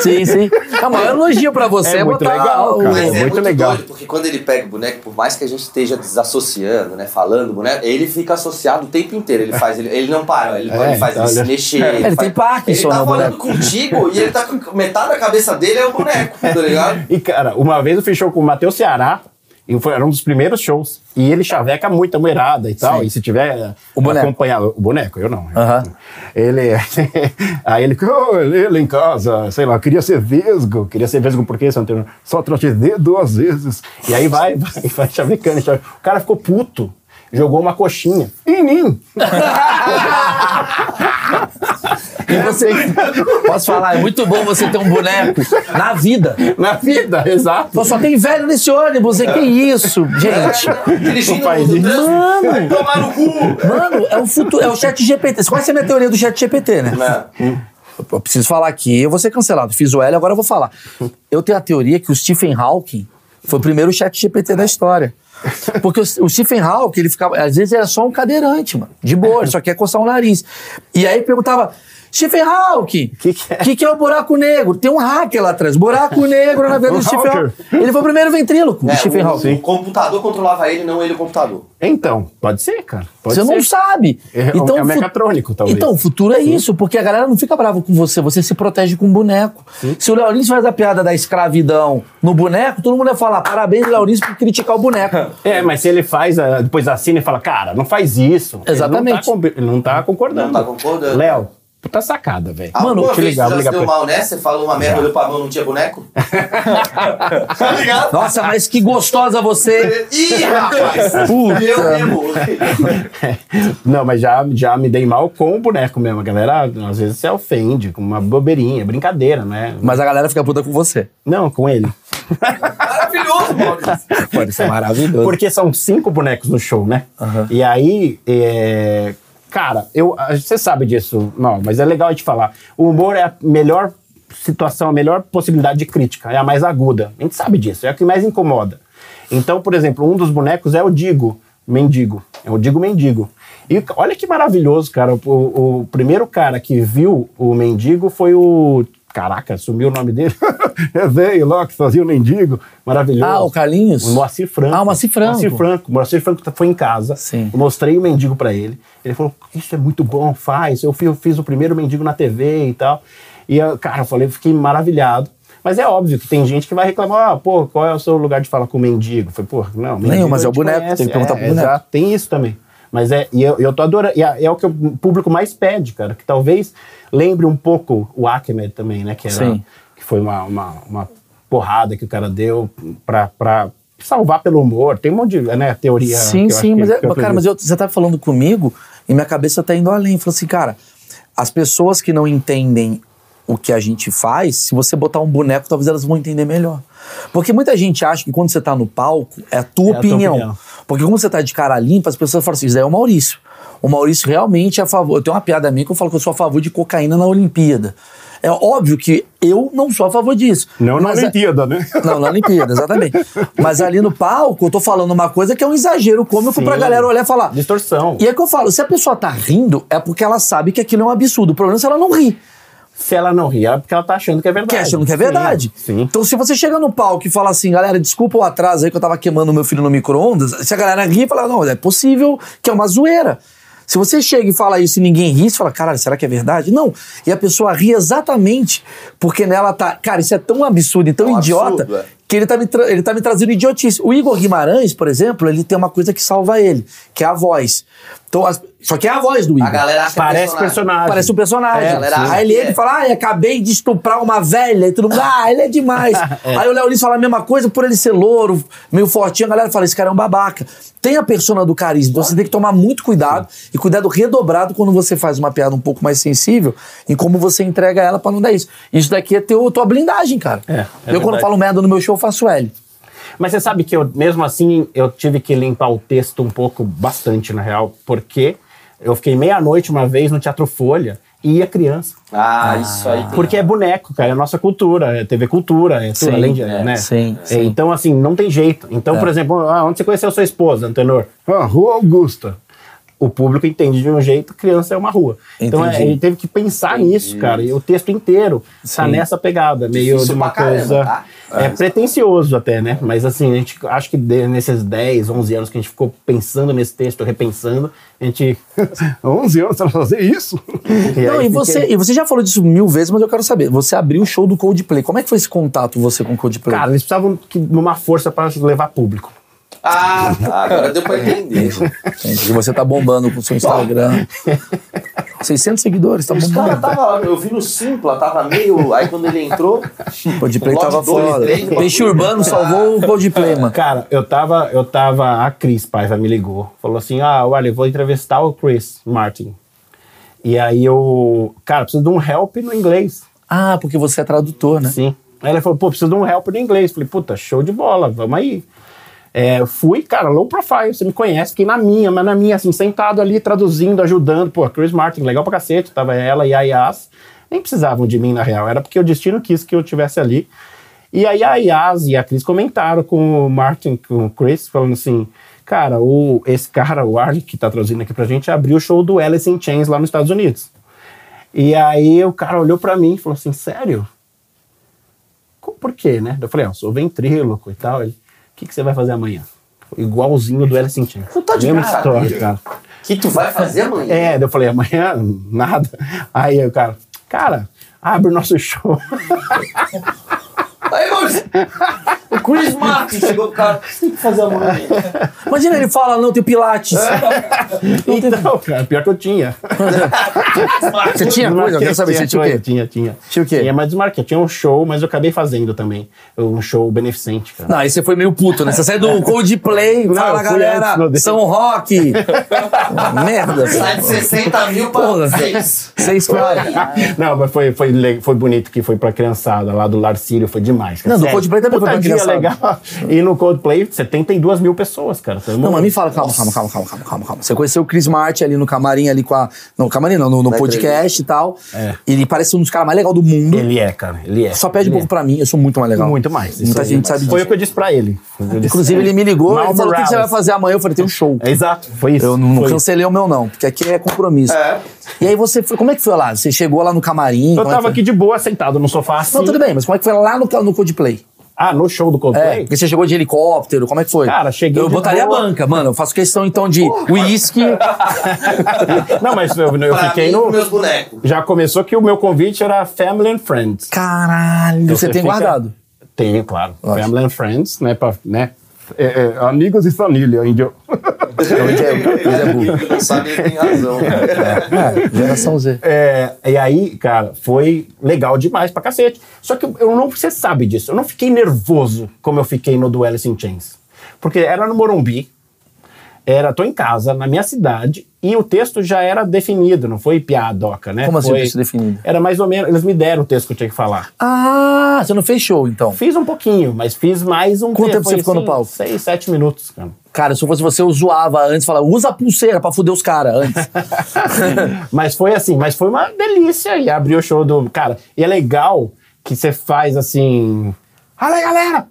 [SPEAKER 4] sim, sim. É uma elogio pra você
[SPEAKER 1] É muito
[SPEAKER 4] botar
[SPEAKER 1] legal,
[SPEAKER 4] o-
[SPEAKER 1] cara.
[SPEAKER 3] Mas é
[SPEAKER 1] muito
[SPEAKER 3] muito,
[SPEAKER 1] legal.
[SPEAKER 3] doido, porque quando ele pega o boneco, por mais que a gente esteja desassociando, né, falando o boneco, ele fica associado o tempo inteiro. Ele faz, ele, ele não para, ele,
[SPEAKER 1] É,
[SPEAKER 3] ele faz
[SPEAKER 1] então,
[SPEAKER 3] ele se
[SPEAKER 1] ele-
[SPEAKER 3] mexer. Ele,
[SPEAKER 4] tem
[SPEAKER 3] faz-
[SPEAKER 4] Parkinson,
[SPEAKER 3] Ele
[SPEAKER 4] né, o
[SPEAKER 3] tá falando
[SPEAKER 4] boneco.
[SPEAKER 3] contigo e ele tá com metade da cabeça dele é o boneco, tá ligado?
[SPEAKER 1] E, cara, uma vez eu fiz show com o Matheus Ceará, e foi, era um dos primeiros shows. E ele chaveca muito a mulherada e tal. E se tiver
[SPEAKER 4] O boneco.
[SPEAKER 1] acompanhado. O boneco, eu não.
[SPEAKER 4] Aham.
[SPEAKER 1] Ele. aí ele.
[SPEAKER 2] oh, ele em casa, sei lá, queria ser vesgo.
[SPEAKER 1] Queria ser vesgo por quê, Santino?
[SPEAKER 2] Só tratei de duas vezes.
[SPEAKER 1] E aí vai, vai, vai chavecando. chave- O cara ficou puto. Jogou uma coxinha em mim.
[SPEAKER 4] E você, posso falar, é muito bom você ter um boneco na vida.
[SPEAKER 1] Na vida, exato.
[SPEAKER 4] Pô, só tem velho nesse ônibus, e que isso, gente?
[SPEAKER 3] Dirigindo
[SPEAKER 1] faz
[SPEAKER 3] no
[SPEAKER 1] isso.
[SPEAKER 3] trânsito, vai tomar no cu.
[SPEAKER 4] Mano, é o futuro, é o chat GPT. Você conhece a minha teoria do chat GPT, né?
[SPEAKER 3] Né?
[SPEAKER 4] Eu- Eu preciso falar aqui, eu vou ser cancelado. Fiz o L, agora eu vou falar. Eu tenho a teoria que o Stephen Hawking foi o primeiro chat GPT da história. Porque o, o Stephen Hawking, ele ficava. Às vezes era só um cadeirante, mano. De boa, ele só quer coçar o nariz. E aí perguntava. Stephen Hawking, o
[SPEAKER 1] Que que é?"
[SPEAKER 4] que, que é o buraco negro? Tem um hacker lá atrás. Buraco negro na verdade do Stephen
[SPEAKER 1] hacker.
[SPEAKER 4] Hawking. Ele foi o primeiro ventríloco,
[SPEAKER 3] É,
[SPEAKER 4] do Stephen
[SPEAKER 3] o-
[SPEAKER 4] Hawking.
[SPEAKER 3] o computador controlava ele, não ele o computador.
[SPEAKER 1] Então, pode ser, cara. Pode
[SPEAKER 4] Você
[SPEAKER 1] ser.
[SPEAKER 4] não sabe.
[SPEAKER 1] É, é
[SPEAKER 4] o fu-
[SPEAKER 1] mecatrônico, talvez.
[SPEAKER 4] Então, o futuro é isso, porque a galera não fica brava com você, você se protege com um boneco. Se o Leolins faz a piada da escravidão no boneco, todo mundo vai falar parabéns, Leolins, por criticar o boneco.
[SPEAKER 1] É, mas se ele faz, ah, depois assina e fala, cara, não faz isso. Ele
[SPEAKER 4] Exatamente.
[SPEAKER 1] não tá com- Ele não tá, concordando.
[SPEAKER 3] Não tá concordando.
[SPEAKER 1] Léo, puta sacada, velho.
[SPEAKER 3] Alguma
[SPEAKER 1] vou te
[SPEAKER 3] vez
[SPEAKER 1] ligar, vou
[SPEAKER 3] tu já se
[SPEAKER 1] ligar
[SPEAKER 3] deu
[SPEAKER 1] pra
[SPEAKER 3] mal, né? Você falou uma merda, olhou pra mão, não tinha boneco? tá ligado?
[SPEAKER 4] Nossa, mas que gostosa você!
[SPEAKER 3] Ih, rapaz! Eu mesmo.
[SPEAKER 1] ele. Não, mas já, já me dei mal com o boneco mesmo. A galera, às vezes, se ofende com uma bobeirinha, brincadeira, né?
[SPEAKER 4] Mas a galera fica puta com você.
[SPEAKER 1] Não, com ele.
[SPEAKER 3] Maravilhoso, Maurício.
[SPEAKER 4] Pode ser maravilhoso.
[SPEAKER 1] Porque são cinco bonecos no show, né? E aí, é, cara, eu, a- você sabe disso, não, mas é legal a gente falar. O humor é a melhor situação, a melhor possibilidade de crítica, é a mais aguda. A gente sabe disso, é a que mais incomoda. Então, por exemplo, um dos bonecos é o Digo, mendigo. É o Digo Mendigo. E olha que maravilhoso, cara. O, o primeiro cara que viu o mendigo foi o. Caraca, sumiu o nome dele.
[SPEAKER 2] É velho lá que fazia o mendigo.
[SPEAKER 1] Maravilhoso.
[SPEAKER 4] Ah, o Carlinhos?
[SPEAKER 1] O Moacir Franco.
[SPEAKER 4] Ah, o Moacir Franco.
[SPEAKER 1] Moacir Franco. O Moacir Franco tá- foi em casa.
[SPEAKER 4] Sim.
[SPEAKER 1] Eu mostrei o mendigo pra ele. Ele falou: Isso é muito bom, faz. Eu fi- eu fiz o primeiro mendigo na TV e tal. E, eu, cara, eu falei, eu fiquei maravilhado. Mas é óbvio que tem gente que vai reclamar: ah, pô, qual é o seu lugar de falar com o mendigo? Eu falei, pô, não. mendigo
[SPEAKER 4] Nenhum, mas
[SPEAKER 1] a
[SPEAKER 4] é o
[SPEAKER 1] gente
[SPEAKER 4] boneco, tem que perguntar
[SPEAKER 1] É,
[SPEAKER 4] pro boneco.
[SPEAKER 1] exato, tem isso também. Mas é, e eu, eu tô adorando. E é, é o que o público mais pede, cara. Que talvez lembre um pouco o Acme também, né? Que era
[SPEAKER 4] Sim.
[SPEAKER 1] que foi uma, uma, uma porrada que o cara deu pra, pra salvar pelo humor. Tem um monte de né, teoria.
[SPEAKER 4] Sim,
[SPEAKER 1] que eu acho
[SPEAKER 4] sim,
[SPEAKER 1] que-
[SPEAKER 4] mas, é-
[SPEAKER 1] que eu
[SPEAKER 4] cara, mas
[SPEAKER 1] acredito.
[SPEAKER 4] eu- você tá falando comigo E minha cabeça tá indo além. Falei assim, cara, as pessoas que não entendem o que a gente faz, se você botar um boneco, talvez elas vão entender melhor. Porque muita gente acha que quando você tá no palco, é a tua,
[SPEAKER 1] É a tua
[SPEAKER 4] opinião.
[SPEAKER 1] opinião.
[SPEAKER 4] Porque como você tá de cara limpa, as pessoas falam assim, isso daí é o Maurício. O Maurício realmente é a favor. Eu tenho uma piada minha que eu falo que eu sou a favor de cocaína na Olimpíada. É óbvio que eu não sou a favor disso.
[SPEAKER 2] Não na
[SPEAKER 4] Mas é- a-
[SPEAKER 2] Olimpíada, né?
[SPEAKER 4] não, na Olimpíada, exatamente. Mas ali no palco, eu tô falando uma coisa que é um exagero cômico pra galera olhar e falar.
[SPEAKER 1] Distorção.
[SPEAKER 4] E é que eu falo, se a pessoa tá rindo, é porque ela sabe que aquilo é um absurdo. O problema é se ela não ri,
[SPEAKER 1] Se ela não ri, é porque ela tá achando que é verdade.
[SPEAKER 4] que achando que é verdade.
[SPEAKER 1] Sim. sim.
[SPEAKER 4] Então, se você chega no palco e fala assim, galera, desculpa o atraso aí que eu tava queimando meu filho no micro-ondas, se a galera ri, fala, não, é possível que é uma zoeira. Se você chega e fala isso e ninguém ri, você fala, caralho, será que é verdade? Não. E a pessoa ri exatamente porque nela tá. Cara, isso é tão absurdo e tão
[SPEAKER 3] É um
[SPEAKER 4] idiota
[SPEAKER 3] absurdo, é.
[SPEAKER 4] que ele tá, me tra- ele tá me trazendo idiotice. O Igor Guimarães, por exemplo, ele tem uma coisa que salva ele, que é a voz. Então, as- Só que é a voz do Igor.
[SPEAKER 3] A galera acha que é
[SPEAKER 1] Parece personagem.
[SPEAKER 4] Parece um personagem.
[SPEAKER 3] É, galera,
[SPEAKER 4] aí ele
[SPEAKER 3] é.
[SPEAKER 4] entra e fala, ah, acabei de estuprar uma velha. E todo mundo, ah, ele é demais. Aí o Léo Lins fala a mesma coisa, por ele ser louro, meio fortinho, a galera fala, esse cara é um babaca. Tem a persona do carisma, você tem que tomar muito cuidado e cuidado redobrado quando você faz uma piada um pouco mais sensível em como você entrega ela pra não dar isso. Isso daqui é teu, tua blindagem, cara.
[SPEAKER 1] É, é
[SPEAKER 4] eu quando
[SPEAKER 1] verdade.
[SPEAKER 4] falo merda no meu show, eu faço L.
[SPEAKER 1] Mas você sabe que eu, mesmo assim, eu tive que limpar o texto um pouco, bastante, na real, porque eu fiquei meia-noite uma vez no Teatro Folha e ia criança.
[SPEAKER 3] Ah, isso aí. tem-
[SPEAKER 1] Porque é boneco, cara, é a nossa cultura, é TV Cultura, é tudo,
[SPEAKER 4] Sim,
[SPEAKER 1] além de,
[SPEAKER 4] é,
[SPEAKER 1] né?
[SPEAKER 4] sim,
[SPEAKER 1] É,
[SPEAKER 4] sim. É.
[SPEAKER 1] Então, assim, não tem jeito. Então, por exemplo, ah, onde você conheceu sua esposa, Antenor?
[SPEAKER 2] Ah, Rua Augusta.
[SPEAKER 1] O público entende de um jeito, criança é uma rua. Então, é,
[SPEAKER 4] Entendi.
[SPEAKER 1] ele teve que pensar nisso, cara. E o texto inteiro tá
[SPEAKER 4] Sim.
[SPEAKER 1] nessa pegada, meio
[SPEAKER 3] Difícil
[SPEAKER 1] de uma
[SPEAKER 3] pra caramba,
[SPEAKER 1] coisa...
[SPEAKER 3] tá?
[SPEAKER 1] É pretencioso até, né? Mas assim, a gente acho que de- nesses 10, 11 anos que a gente ficou pensando nesse texto, repensando, a gente.
[SPEAKER 2] 11 anos pra fazer isso.
[SPEAKER 4] Não,
[SPEAKER 1] aí
[SPEAKER 4] e
[SPEAKER 1] fica-
[SPEAKER 4] você, e você já falou disso mil vezes, mas eu quero saber. Você abriu o show do Coldplay. Como é que foi esse contato você com o Coldplay?
[SPEAKER 1] Cara, eles precisavam que- de uma força para levar público.
[SPEAKER 3] Ah, tá, agora deu pra entender.
[SPEAKER 4] Entendi. Você tá bombando com o seu Instagram. 600 seguidores, tá
[SPEAKER 3] Os caras
[SPEAKER 4] bombando.
[SPEAKER 3] tava, eu vi no Simpla, tava meio. Aí quando ele entrou.
[SPEAKER 4] O Coldplay
[SPEAKER 3] um lote
[SPEAKER 4] tava
[SPEAKER 3] dois,
[SPEAKER 4] foda.
[SPEAKER 3] três, um
[SPEAKER 4] Peixe
[SPEAKER 3] bagulho.
[SPEAKER 4] Urbano salvou o Coldplay, mano.
[SPEAKER 1] Cara, eu tava, eu tava. A Cris Paiva me ligou. Falou assim: ah, olha, eu vou entrevistar o Chris Martin. E aí eu. Cara, preciso de um help no inglês.
[SPEAKER 4] Ah, porque você é tradutor, né?
[SPEAKER 1] Sim. Aí ela falou, pô, preciso de um help no inglês. Falei, puta, show de bola, vamos aí. É, eu fui, cara, low profile, você me conhece, fiquei na minha, mas na minha, assim, sentado ali, traduzindo, ajudando. Pô, Chris Martin, legal pra cacete, tava ela e a Yas. Nem precisavam de mim, na real, era porque o destino quis que eu tivesse ali. E aí a Yas e a Cris comentaram com o Martin, com o Chris, falando assim, cara, o, esse cara, o Arlen, que tá traduzindo aqui pra gente, abriu o show do Alice in Chains lá nos Estados Unidos. E aí o cara olhou pra mim e falou assim, sério? Co- por quê, né? Eu falei, ó, sou ventríloco e tal. Ele, o que, que você vai fazer amanhã? Igualzinho do Alice in Chains.
[SPEAKER 3] Puta de
[SPEAKER 1] Mesma
[SPEAKER 3] cara.
[SPEAKER 1] história, cara.
[SPEAKER 3] que tu vai fazer amanhã?
[SPEAKER 1] É, daí eu falei, amanhã nada. Aí o cara, cara, abre o nosso show.
[SPEAKER 3] Aí, Maurício, o Chris Martin chegou pro cara. Você tem que fazer amanhã.
[SPEAKER 4] Imagina ele fala, não, tem Pilates.
[SPEAKER 1] então, cara, pior que eu tinha.
[SPEAKER 4] Você tinha coisa? Eu quero saber, você tinha o
[SPEAKER 1] coisa,
[SPEAKER 4] quê?
[SPEAKER 1] Tinha, tinha.
[SPEAKER 4] Tinha o quê?
[SPEAKER 1] Tinha, mas desmarquei. Tinha um show, mas eu acabei fazendo também. Um show beneficente, cara.
[SPEAKER 4] Não, aí você foi meio puto, né? Você sai do Coldplay,
[SPEAKER 1] Não,
[SPEAKER 4] fala,
[SPEAKER 1] eu fui antes, meu
[SPEAKER 4] galera,
[SPEAKER 1] Deus.
[SPEAKER 4] São Roque. Merda.
[SPEAKER 3] Sai É de 60 mil
[SPEAKER 4] Porra.
[SPEAKER 3] pra 6.
[SPEAKER 4] Seis caras.
[SPEAKER 1] Não, mas foi, foi, le- foi bonito que foi pra criançada lá do Larcírio, foi demais. Cara.
[SPEAKER 4] Não, do
[SPEAKER 1] Sério.
[SPEAKER 4] Coldplay também foi pra
[SPEAKER 1] Puta dia
[SPEAKER 4] criançada.
[SPEAKER 1] legal. E no Coldplay, 72 mil pessoas, cara. Então, Todo
[SPEAKER 4] Não,
[SPEAKER 1] mundo-
[SPEAKER 4] mas me fala, calma, calma, calma, calma, calma, calma, calma. Você conheceu o Chris Martin ali no camarim, ali com a. Não, camarim não, no, no
[SPEAKER 3] Na
[SPEAKER 4] podcast e tal. Ele parece um dos caras mais legais do mundo.
[SPEAKER 1] Ele é, cara, ele é.
[SPEAKER 4] Só pede
[SPEAKER 1] Ele
[SPEAKER 4] um pouco pra mim, eu sou muito mais
[SPEAKER 1] é.
[SPEAKER 4] legal.
[SPEAKER 1] Muito mais. isso
[SPEAKER 4] Muita
[SPEAKER 1] aí.
[SPEAKER 4] gente sabe
[SPEAKER 1] Foi o
[SPEAKER 4] disso.
[SPEAKER 1] que eu disse pra ele. Eu disse,
[SPEAKER 4] Inclusive, ele me ligou
[SPEAKER 1] Mal
[SPEAKER 4] e falou: o que que você vai
[SPEAKER 1] Morales."
[SPEAKER 4] fazer amanhã? Eu falei: tem um show.
[SPEAKER 1] É, Exato, foi isso.
[SPEAKER 4] Eu não, não
[SPEAKER 1] foi isso.
[SPEAKER 4] cancelei o meu, não, porque aqui é compromisso. E aí você foi. Como é que foi lá? Você chegou lá no
[SPEAKER 1] Eu
[SPEAKER 4] camarim? como é que
[SPEAKER 1] tava
[SPEAKER 4] foi?
[SPEAKER 1] aqui de boa, sentado no sofá assim.
[SPEAKER 4] Não, tudo bem, mas como é que foi lá no, no Coldplay?
[SPEAKER 1] Ah, no show do
[SPEAKER 4] É,
[SPEAKER 1] Coldplay?
[SPEAKER 4] porque você chegou de helicóptero, como é que foi?
[SPEAKER 1] Cara, cheguei
[SPEAKER 4] Eu
[SPEAKER 1] de
[SPEAKER 4] botaria
[SPEAKER 1] boa.
[SPEAKER 4] a banca, mano. Eu faço questão então de uísque.
[SPEAKER 1] não, mas eu, eu
[SPEAKER 3] Pra
[SPEAKER 1] fiquei
[SPEAKER 3] mim,
[SPEAKER 1] no.
[SPEAKER 3] com meus bonecos.
[SPEAKER 1] Já começou que o meu convite era Family and Friends.
[SPEAKER 4] Caralho,
[SPEAKER 1] Então
[SPEAKER 4] você tem
[SPEAKER 1] fica-
[SPEAKER 4] guardado.
[SPEAKER 1] Tenho, claro.
[SPEAKER 4] Lógico.
[SPEAKER 1] Family and Friends, né? Pra, né?
[SPEAKER 2] É, é, amigos e família, índio.
[SPEAKER 4] é
[SPEAKER 3] Eu sabia que tem razão.
[SPEAKER 4] É, Geração Z.
[SPEAKER 1] É, e aí, cara, foi legal demais pra cacete. Só que eu não, você sabe disso, eu não fiquei nervoso como eu fiquei no do Alice in Chains. Porque era no Morumbi, era, tô em casa, na minha cidade, E o texto já era definido, não foi piadoca, né?
[SPEAKER 4] Como assim
[SPEAKER 1] Foi-
[SPEAKER 4] texto definido?
[SPEAKER 1] Era mais ou menos, eles me deram o texto que eu tinha que falar.
[SPEAKER 4] Ah, você não fez show então.
[SPEAKER 1] Fiz um pouquinho, mas fiz mais um
[SPEAKER 4] Quanto
[SPEAKER 1] te-
[SPEAKER 4] tempo você
[SPEAKER 1] foi,
[SPEAKER 4] ficou no palco?
[SPEAKER 1] Seis, sete minutos, cara.
[SPEAKER 4] Cara, se eu fosse você, eu zoava antes, falava, usa a pulseira pra fuder os caras antes.
[SPEAKER 1] Mas foi assim, mas foi uma delícia. E abriu o show do. Cara, e é legal que você faz assim. Fala aí, galera!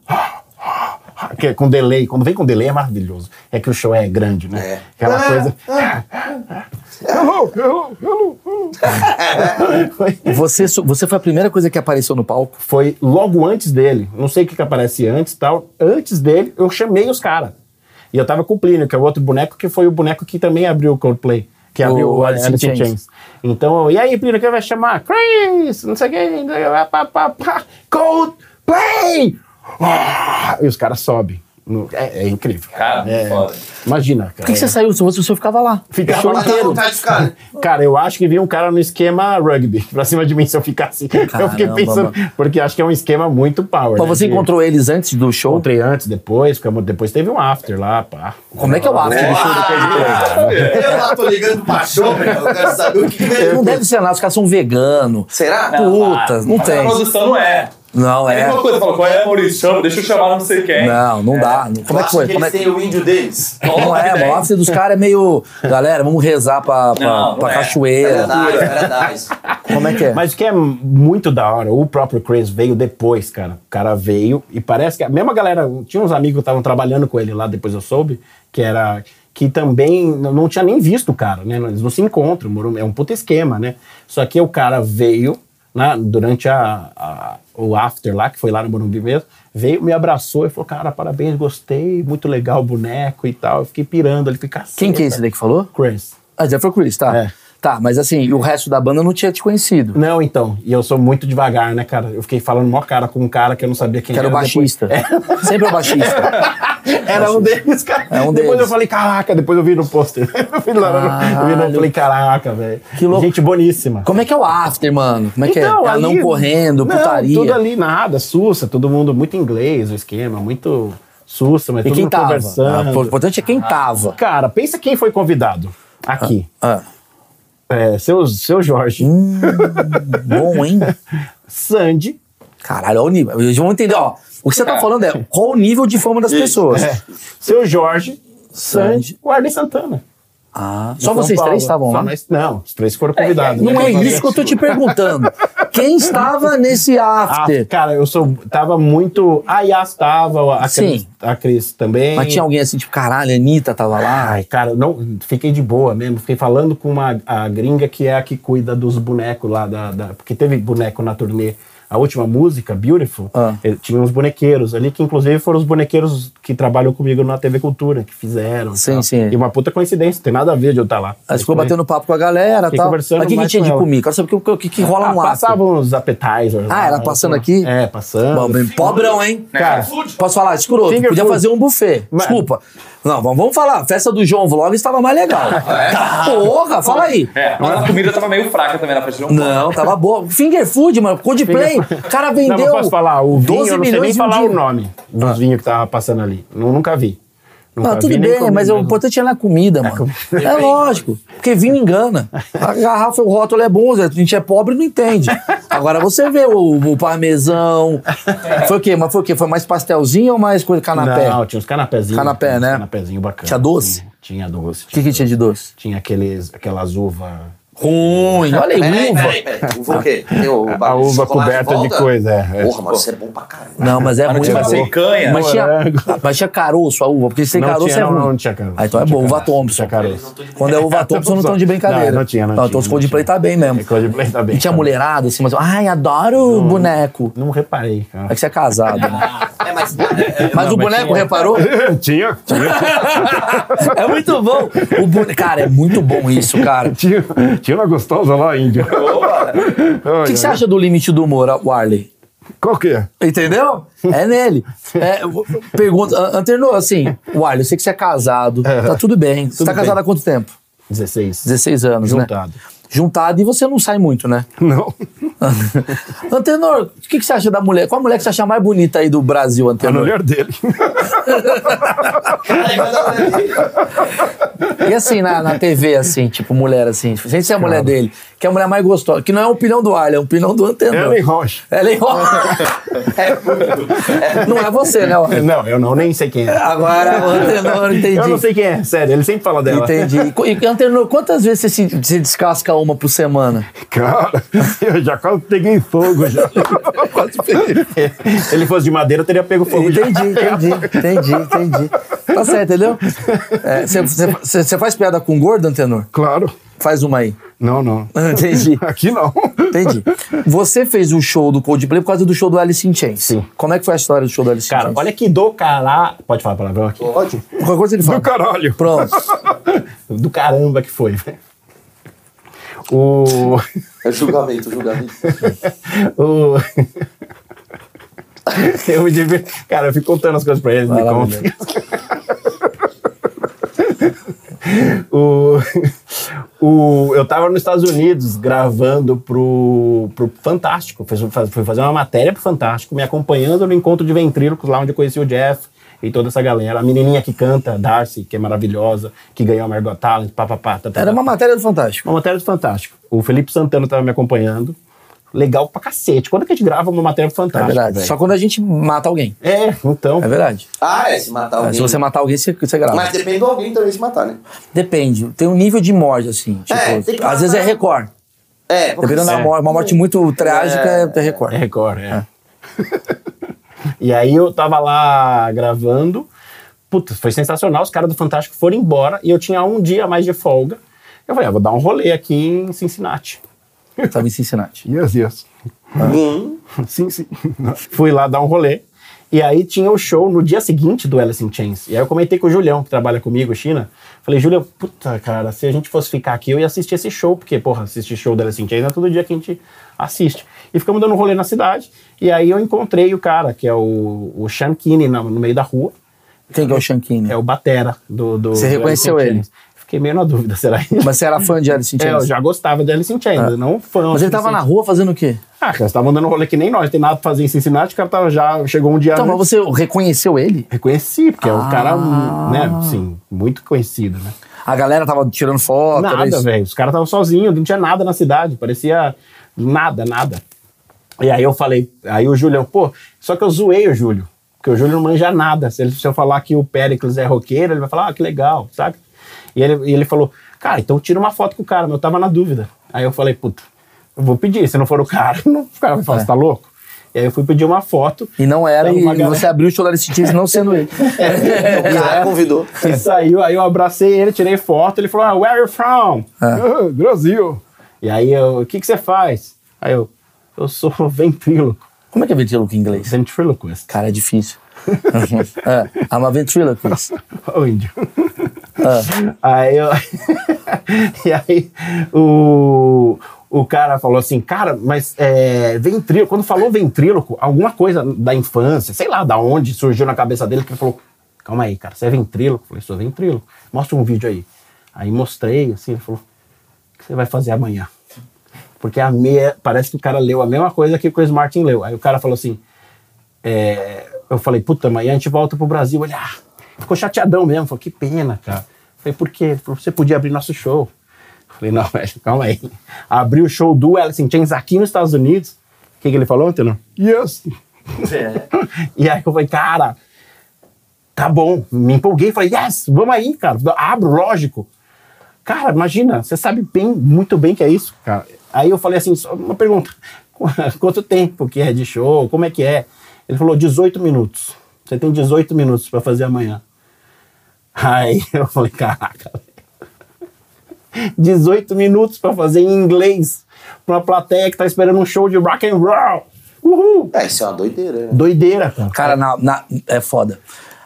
[SPEAKER 1] Que é com delay. Quando vem com delay é maravilhoso. É que o show é grande, né? Aquela coisa. Foi-
[SPEAKER 4] Você, su- você foi a primeira coisa que apareceu no palco?
[SPEAKER 1] Foi logo antes dele. Não sei o que, que aparece antes e tal. Antes dele, eu chamei os caras. E eu tava com o Plínio, que é o outro boneco, que foi o boneco que também abriu o Coldplay. Que abriu o Alice, in Chains. Então, eu, e aí, Plínio, quem vai chamar? Chris! Não sei quem. pá, pá, pá, Coldplay! Ah, e os caras sobem. No- É, é incrível.
[SPEAKER 5] Cara,
[SPEAKER 1] É,
[SPEAKER 5] foda.
[SPEAKER 1] imagina, cara.
[SPEAKER 4] Por que, que você saiu? Se fosse você, eu ficava lá.
[SPEAKER 1] Fica o show
[SPEAKER 3] Mas dá
[SPEAKER 1] inteiro.
[SPEAKER 3] vontade de ficar, né?
[SPEAKER 1] Cara, eu acho que vi um cara no esquema rugby pra cima de mim se eu ficasse. eu fiquei
[SPEAKER 4] Caramba,
[SPEAKER 1] pensando, porque acho que é um esquema muito power.
[SPEAKER 4] Mas
[SPEAKER 1] né,
[SPEAKER 4] você
[SPEAKER 1] de-
[SPEAKER 4] encontrou eles antes do show?
[SPEAKER 1] Encontrei antes, depois, ficamos- depois teve um after lá, pá.
[SPEAKER 4] Como é que é o after do show do
[SPEAKER 3] Eu lá tô ligando pra show, eu quero saber o que
[SPEAKER 4] Não
[SPEAKER 3] é.
[SPEAKER 4] deve ser nada, os caras são veganos.
[SPEAKER 3] Será?
[SPEAKER 4] Puta, não
[SPEAKER 5] Mas A
[SPEAKER 4] tem.
[SPEAKER 5] produção não é.
[SPEAKER 4] Não,
[SPEAKER 5] É.
[SPEAKER 4] é.
[SPEAKER 5] uma coisa, falou, qual é, Maurício? Chama, deixa eu chamar não sei quem.
[SPEAKER 4] Não, não dá. Como é que foi?
[SPEAKER 3] Que
[SPEAKER 4] Como é
[SPEAKER 3] eles
[SPEAKER 4] que...
[SPEAKER 3] têm o índio deles.
[SPEAKER 4] Não é, mano. O after dos caras é meio. Galera, vamos rezar pra, pra,
[SPEAKER 5] né? Não, não
[SPEAKER 4] pra
[SPEAKER 5] é.
[SPEAKER 4] cachoeira.
[SPEAKER 3] Paradise, paradise.
[SPEAKER 4] Como é que é?
[SPEAKER 1] Mas o que é muito da hora, o próprio Chris veio depois, cara. O cara veio e parece que a mesma galera, tinha uns amigos que estavam trabalhando com ele lá, depois eu soube, que era que também não não tinha nem visto o cara, né? Eles não se encontram, moro- é um puta esquema, né? Só que o cara veio na- durante a, a- o after lá, que foi lá no Morumbi mesmo, veio, me abraçou e falou, cara, parabéns, gostei, muito legal o boneco e tal. Eu fiquei pirando, ele fica
[SPEAKER 4] Quem que é esse daí que falou?
[SPEAKER 1] Chris.
[SPEAKER 4] Ah, já foi o Chris, tá.
[SPEAKER 1] É.
[SPEAKER 4] Tá, mas assim, o resto da banda não tinha te conhecido.
[SPEAKER 1] Não, então. E eu sou muito devagar, né, cara? Eu fiquei falando mó cara com um cara que eu não sabia quem
[SPEAKER 4] Que era o
[SPEAKER 1] depois-
[SPEAKER 4] baixista. Sempre é o baixista.
[SPEAKER 1] Era um deles, cara.
[SPEAKER 4] É um
[SPEAKER 1] depois
[SPEAKER 4] deles.
[SPEAKER 1] eu falei, caraca, depois eu vi no pôster. eu vi lá no- eu vi no- eu falei, caraca, velho.
[SPEAKER 4] Que louco.
[SPEAKER 1] Gente boníssima.
[SPEAKER 4] Como é que é o after, mano? Como é que é? Ah,
[SPEAKER 1] ali-
[SPEAKER 4] não correndo,
[SPEAKER 1] Então, Não,
[SPEAKER 4] putaria.
[SPEAKER 1] Tudo ali, nada, sussa, todo mundo muito inglês, o esquema, muito sussa, mas
[SPEAKER 4] e
[SPEAKER 1] todo
[SPEAKER 4] quem
[SPEAKER 1] mundo
[SPEAKER 4] tava? Ah,
[SPEAKER 1] conversando.
[SPEAKER 4] O importante é quem tava.
[SPEAKER 1] Cara, pensa quem foi convidado aqui.
[SPEAKER 4] Ah, Hum.
[SPEAKER 1] É, seu, seu Jorge,
[SPEAKER 4] Ah, bom, hein?
[SPEAKER 1] Sandy,
[SPEAKER 4] Caralho, olha o nível. Eles vão entender, ó. O que você tá falando é qual o nível de fama das pessoas.
[SPEAKER 1] seu Jorge,
[SPEAKER 4] Sandy.
[SPEAKER 1] Sandy, o Arley Santana.
[SPEAKER 4] Ah, só
[SPEAKER 1] São
[SPEAKER 4] vocês
[SPEAKER 1] Paulo.
[SPEAKER 4] três estavam
[SPEAKER 1] Só
[SPEAKER 4] lá?
[SPEAKER 1] nós- não, os três foram convidados.
[SPEAKER 4] Não
[SPEAKER 1] né?
[SPEAKER 4] é isso que eu tô te perguntando. Quem estava nesse
[SPEAKER 1] Ah,
[SPEAKER 4] after?
[SPEAKER 1] cara, eu sou. Tava muito. A Yas tava, a Cris,
[SPEAKER 4] Sim.
[SPEAKER 1] a Cris também.
[SPEAKER 4] Mas tinha alguém assim, tipo, caralho, a Anitta tava lá.
[SPEAKER 1] Ai, cara, não, fiquei de boa mesmo. Fiquei falando com uma a gringa que é a que cuida dos bonecos lá, da, da- porque teve boneco na turnê. A última música, Beautiful,
[SPEAKER 4] Ah.
[SPEAKER 1] eh, tinha uns bonequeiros ali, que inclusive foram os bonequeiros que trabalham comigo na TV Cultura, que fizeram. e
[SPEAKER 4] Sim,
[SPEAKER 1] tal.
[SPEAKER 4] sim.
[SPEAKER 1] E uma puta coincidência, não tem nada a ver de eu estar lá.
[SPEAKER 4] Aí
[SPEAKER 1] Mas
[SPEAKER 4] ficou
[SPEAKER 1] foi-
[SPEAKER 4] batendo papo com a galera e
[SPEAKER 1] Fiquei
[SPEAKER 4] tal. Mas
[SPEAKER 1] conversando
[SPEAKER 4] o que, que
[SPEAKER 1] mais
[SPEAKER 4] tinha
[SPEAKER 1] com
[SPEAKER 4] de
[SPEAKER 1] ela.
[SPEAKER 4] comer? Quero saber o que, o que, que rola
[SPEAKER 1] Ah,
[SPEAKER 4] no after.
[SPEAKER 1] passava uns appetizers.
[SPEAKER 4] um Ah,
[SPEAKER 1] lá,
[SPEAKER 4] era
[SPEAKER 1] né?
[SPEAKER 4] passando aqui?
[SPEAKER 1] É, passando.
[SPEAKER 4] Bom, bem pobrão, hein?
[SPEAKER 1] Cara,
[SPEAKER 4] Posso falar? Escroto.
[SPEAKER 1] Finger
[SPEAKER 4] podia
[SPEAKER 1] food.
[SPEAKER 4] fazer um buffet.
[SPEAKER 1] Mas-
[SPEAKER 4] Desculpa. Não, vamos, vamos falar. A festa do João Vlog estava mais legal.
[SPEAKER 1] Ah, é?
[SPEAKER 4] Tá, Porra, fala aí.
[SPEAKER 5] É, mas a comida tava meio fraca também na frente de um
[SPEAKER 4] Não, tava boa. Finger Food, mano. Coldplay. O cara
[SPEAKER 1] não,
[SPEAKER 4] vendeu.
[SPEAKER 1] mas posso falar, o vinho,
[SPEAKER 4] 12
[SPEAKER 1] eu não sei nem
[SPEAKER 4] milhões em um
[SPEAKER 1] falar
[SPEAKER 4] dia.
[SPEAKER 1] o nome dos vinhos que tava passando ali. Nu- Nunca vi. Nunca
[SPEAKER 4] Não, Ah, tudo
[SPEAKER 1] vi, nem
[SPEAKER 4] bem,
[SPEAKER 1] comi,
[SPEAKER 4] mas o importante é na comida, mano. É lógico, porque vinho engana. A garrafa, o rótulo é bom, Zé, a gente é pobre e não entende. Agora você vê o, o parmesão. Foi o quê? Mas foi o quê? Foi mais pastelzinho ou mais coisa canapé?
[SPEAKER 1] Não, tinha uns canapézinhos.
[SPEAKER 4] Canapé,
[SPEAKER 1] tinha uns
[SPEAKER 4] né?
[SPEAKER 1] Canapézinho bacana.
[SPEAKER 4] Tinha doce?
[SPEAKER 1] Tinha, tinha doce.
[SPEAKER 4] O que,
[SPEAKER 1] Tinha,
[SPEAKER 4] que tinha de doce?
[SPEAKER 1] tinha aqueles, aquelas uvas.
[SPEAKER 4] Ruim. Olha
[SPEAKER 1] É,
[SPEAKER 4] aí,
[SPEAKER 3] Peraí,
[SPEAKER 4] uva.
[SPEAKER 3] peraí, peraí. Uva o quê? Tem o
[SPEAKER 1] A
[SPEAKER 3] bagulho de
[SPEAKER 1] uva
[SPEAKER 3] chocolate
[SPEAKER 1] coberta de
[SPEAKER 3] volta?
[SPEAKER 1] coisa, é.
[SPEAKER 3] Porra, mano, isso é bom pra caralho.
[SPEAKER 4] Não, mas
[SPEAKER 1] Ah,
[SPEAKER 4] é ruim.
[SPEAKER 5] tinha
[SPEAKER 4] mas-
[SPEAKER 5] picanha,
[SPEAKER 4] mas tinha,
[SPEAKER 1] morango.
[SPEAKER 4] mas tinha caroço a uva, porque se tem
[SPEAKER 1] Não
[SPEAKER 4] caroço
[SPEAKER 1] tinha,
[SPEAKER 4] é
[SPEAKER 1] não,
[SPEAKER 4] ruim.
[SPEAKER 1] não tinha caroço.
[SPEAKER 4] Ah, então é
[SPEAKER 1] Não tinha
[SPEAKER 4] bom, uva
[SPEAKER 1] caroço,
[SPEAKER 4] Thompson.
[SPEAKER 1] tinha caroço.
[SPEAKER 4] Quando é uva Thompson, não estão de brincadeira.
[SPEAKER 1] Não, não tinha, não
[SPEAKER 4] Então
[SPEAKER 1] tinha,
[SPEAKER 4] os
[SPEAKER 1] não
[SPEAKER 4] Coldplay
[SPEAKER 1] tinha.
[SPEAKER 4] tá bem mesmo.
[SPEAKER 1] É, Coldplay tá bem,
[SPEAKER 4] E tinha
[SPEAKER 1] tá bem.
[SPEAKER 4] mulherada, assim, mas... Ai, adoro boneco.
[SPEAKER 1] Não reparei, cara.
[SPEAKER 4] É que você é casado, né?
[SPEAKER 3] É, mas. é, é,
[SPEAKER 4] Mas o boneco reparou?
[SPEAKER 1] tinha, tinha,
[SPEAKER 4] É muito bom. O bone... Cara, é muito bom isso, cara. O
[SPEAKER 1] tinha, tinha uma gostosa lá, Índia.
[SPEAKER 4] que, que você acha do limite do humor, Warley?
[SPEAKER 2] Qual que é?
[SPEAKER 4] Entendeu? É nele. É, eu- pergunta, An- Antenor, assim, Warley, eu sei que você é casado, tá tudo bem. Você tá
[SPEAKER 1] bem.
[SPEAKER 4] casado há quanto tempo?
[SPEAKER 1] 16.
[SPEAKER 4] 16 anos,
[SPEAKER 1] Juntado.
[SPEAKER 4] né? Juntado e você não sai muito, né?
[SPEAKER 2] Não.
[SPEAKER 4] Antenor, o que, que você acha da mulher? Qual a mulher que você acha mais bonita aí do Brasil,
[SPEAKER 2] A
[SPEAKER 4] Antenor?
[SPEAKER 2] mulher dele.
[SPEAKER 3] Aí, mas não, né?
[SPEAKER 4] E assim, na, na TV, assim, tipo, mulher, assim, tipo, gente, se é a mulher dele, que é a mulher mais gostosa, que não é a opinião do Arlen, é a opinião do antenor.
[SPEAKER 1] Ellen Rocha.
[SPEAKER 4] Ellen Rocha. não é você, né, Arlen?
[SPEAKER 1] Não, eu não, nem sei quem é.
[SPEAKER 4] Agora, o antenor, entendi.
[SPEAKER 1] Eu não sei quem é, sério, ele sempre fala dela.
[SPEAKER 4] Entendi. E co- E, antenor, quantas vezes você se, se descasca uma por semana?
[SPEAKER 1] Cara, eu já quase peguei fogo já.
[SPEAKER 4] Quase peguei.
[SPEAKER 1] Se ele fosse de madeira, eu teria pego fogo já.
[SPEAKER 4] Entendi, entendi, entendi, entendi. Tá certo, entendeu? É, Você você- você faz piada com gordo, antenor?
[SPEAKER 1] Claro.
[SPEAKER 4] Faz uma aí.
[SPEAKER 1] Não, não.
[SPEAKER 4] Entendi.
[SPEAKER 1] Aqui não.
[SPEAKER 4] Entendi. Você fez o show do Coldplay por causa do show do Alice in Chains. Sim. Como é que foi a história do show do Alice
[SPEAKER 1] Cara,
[SPEAKER 4] in Chains?
[SPEAKER 1] olha que do caralho. Pode falar palavrão aqui? Pode.
[SPEAKER 4] Qualquer coisa ele fala.
[SPEAKER 1] Do caralho.
[SPEAKER 4] Pronto.
[SPEAKER 1] Do caramba que foi, velho. O.
[SPEAKER 3] É julgamento, julgamento.
[SPEAKER 1] o... eu me diver... Cara, eu fico contando as coisas pra eles, me
[SPEAKER 4] lá,
[SPEAKER 1] conta. o... o... Eu tava nos Estados Unidos gravando pro, pro Fantástico. Fez- faz- Fui fazer uma matéria pro Fantástico, me acompanhando no encontro de ventrílocos, lá onde eu conheci o Jeff e toda essa galera. A menininha que canta, Darcy, que é maravilhosa, que ganhou a Margot Talent, papapá. tá, tá,
[SPEAKER 4] Era
[SPEAKER 1] tá.
[SPEAKER 4] uma matéria do Fantástico.
[SPEAKER 1] Uma matéria do Fantástico. O Felipe Santana tava me acompanhando. Legal pra cacete. Quando é que a gente grava uma matéria do
[SPEAKER 4] É
[SPEAKER 1] Fantástico?
[SPEAKER 4] verdade.
[SPEAKER 1] velho?
[SPEAKER 4] Só quando a gente mata alguém.
[SPEAKER 1] É, então.
[SPEAKER 4] É verdade.
[SPEAKER 3] Ah, é, se matar
[SPEAKER 4] É,
[SPEAKER 3] alguém.
[SPEAKER 4] Se você matar alguém, você, você grava.
[SPEAKER 3] Mas depende do alguém também se matar, né?
[SPEAKER 4] Depende. Tem um nível de morte, assim. Tipo,
[SPEAKER 3] É, tem que
[SPEAKER 4] às vezes é
[SPEAKER 3] matar.
[SPEAKER 4] recorde.
[SPEAKER 3] É, porque
[SPEAKER 4] Dependendo da
[SPEAKER 1] É.
[SPEAKER 4] morte. Uma morte muito trágica é, é
[SPEAKER 1] É
[SPEAKER 4] recorde.
[SPEAKER 1] Record, é. e aí eu tava lá gravando. Puta, foi sensacional. Os caras do Fantástico foram embora e eu tinha um dia a mais de folga. Eu falei, ah, vou dar um rolê aqui em Cincinnati.
[SPEAKER 4] Tava em Cincinnati.
[SPEAKER 2] Yes, yes.
[SPEAKER 1] Sim, sim. Fui lá dar um rolê. E aí tinha o show no dia seguinte do Alice in Chains. E aí eu comentei com o Julião, que trabalha comigo, China. Falei, Julião, puta, cara, se a gente fosse ficar aqui, eu ia assistir esse show. Porque, porra, assistir show do Alice in Chains é todo dia que a gente assiste. E ficamos dando um rolê na cidade. E aí eu encontrei o cara, que é o, o Sean Kinney, na- no meio da rua.
[SPEAKER 4] Quem que é o Shankini?
[SPEAKER 1] É o Batera do... do
[SPEAKER 4] Você
[SPEAKER 1] do
[SPEAKER 4] reconheceu
[SPEAKER 1] Alice in
[SPEAKER 4] ele?
[SPEAKER 1] Chains. Fiquei meio na dúvida, será ele?
[SPEAKER 4] Mas você era fã de Alice in
[SPEAKER 1] É,
[SPEAKER 4] Chains?
[SPEAKER 1] eu já gostava de Alice in Chains, eu não fã.
[SPEAKER 4] Ah. Mas ele
[SPEAKER 1] assim,
[SPEAKER 4] tava
[SPEAKER 1] assim.
[SPEAKER 4] na rua fazendo o quê?
[SPEAKER 1] Ah, cara, você tava andando rolê que nem nós, tem nada pra fazer em Cincinnati, o cara tava já chegou um dia
[SPEAKER 4] Então, mas
[SPEAKER 1] antes.
[SPEAKER 4] você reconheceu ele?
[SPEAKER 1] Reconheci, porque é um cara,
[SPEAKER 4] Ah.
[SPEAKER 1] um, né, assim, muito conhecido, né?
[SPEAKER 4] A galera tava tirando foto. era
[SPEAKER 1] Nada,
[SPEAKER 4] isso?
[SPEAKER 1] velho. Os caras estavam sozinhos, não tinha nada na cidade, parecia nada, nada. E aí eu falei, aí o Julião, pô, só que eu zoei o Júlio, porque o Júlio não manja nada. Se, ele, se eu falar que o Péricles é roqueiro, ele vai falar, ah, que legal, sabe? E ele, e ele falou, cara, então tira uma foto com o cara, mas eu tava na dúvida. Aí eu falei, puta, eu vou pedir, se não for o cara, não, o cara vai falar, você tá louco? E aí eu fui pedir uma foto.
[SPEAKER 4] E não era,
[SPEAKER 1] Tava
[SPEAKER 4] e
[SPEAKER 1] uma galera-
[SPEAKER 4] você abriu o show da Alice in Chains não sendo ele.
[SPEAKER 3] o
[SPEAKER 1] É.
[SPEAKER 3] cara tá, convidou.
[SPEAKER 1] E saiu, aí eu abracei ele, tirei foto, ele falou, ah, where are you from?
[SPEAKER 2] Ah, Brasil.
[SPEAKER 1] E aí eu, o que que você faz? Aí eu, eu sou ventríloco.
[SPEAKER 4] Como é que é ventríloco em inglês?
[SPEAKER 1] Ventriloquist.
[SPEAKER 4] Cara, é difícil. é, I'm a ventriloquist.
[SPEAKER 1] Ô, índio. Aí eu... e aí o, o cara falou assim, cara, mas é, ventríloco, quando falou ventríloco, alguma coisa da infância, sei lá da onde, surgiu na cabeça dele, que ele falou, calma aí, cara, você é ventríloco? Eu falei, sou ventríloco. Mostra um vídeo aí. Aí mostrei, assim, ele falou, o que você vai fazer amanhã? Porque a meia, parece que o cara leu a mesma coisa que o Chris Martin leu. Aí o cara falou assim, é, eu falei, puta, amanhã a gente volta pro Brasil. Ele, ah, ficou chateadão mesmo. Falei, que pena, cara. Falei, por quê? Ele falou, Você podia abrir nosso show. Falei, não, velho, calma aí. Abri o show do Alice in Chains aqui nos Estados Unidos. O que, que ele falou, Antenor?
[SPEAKER 2] Yes.
[SPEAKER 1] E aí eu falei, cara, tá bom. Me empolguei, falei, yes, vamos aí, cara. Abro, lógico. Cara, imagina, você sabe bem, muito bem que é isso, cara. Aí eu falei assim, só uma pergunta. Qu- Quanto tempo que é de show? Como é que é? Ele falou, 18 minutos. Você tem 18 minutos pra fazer amanhã. Aí eu falei, caraca, velho. 18 minutos pra fazer em inglês. Pra uma plateia que tá esperando um show de rock and roll. Uhul!
[SPEAKER 3] É, isso é uma doideira, né?
[SPEAKER 1] Doideira, cara.
[SPEAKER 4] Cara, na- na- é foda.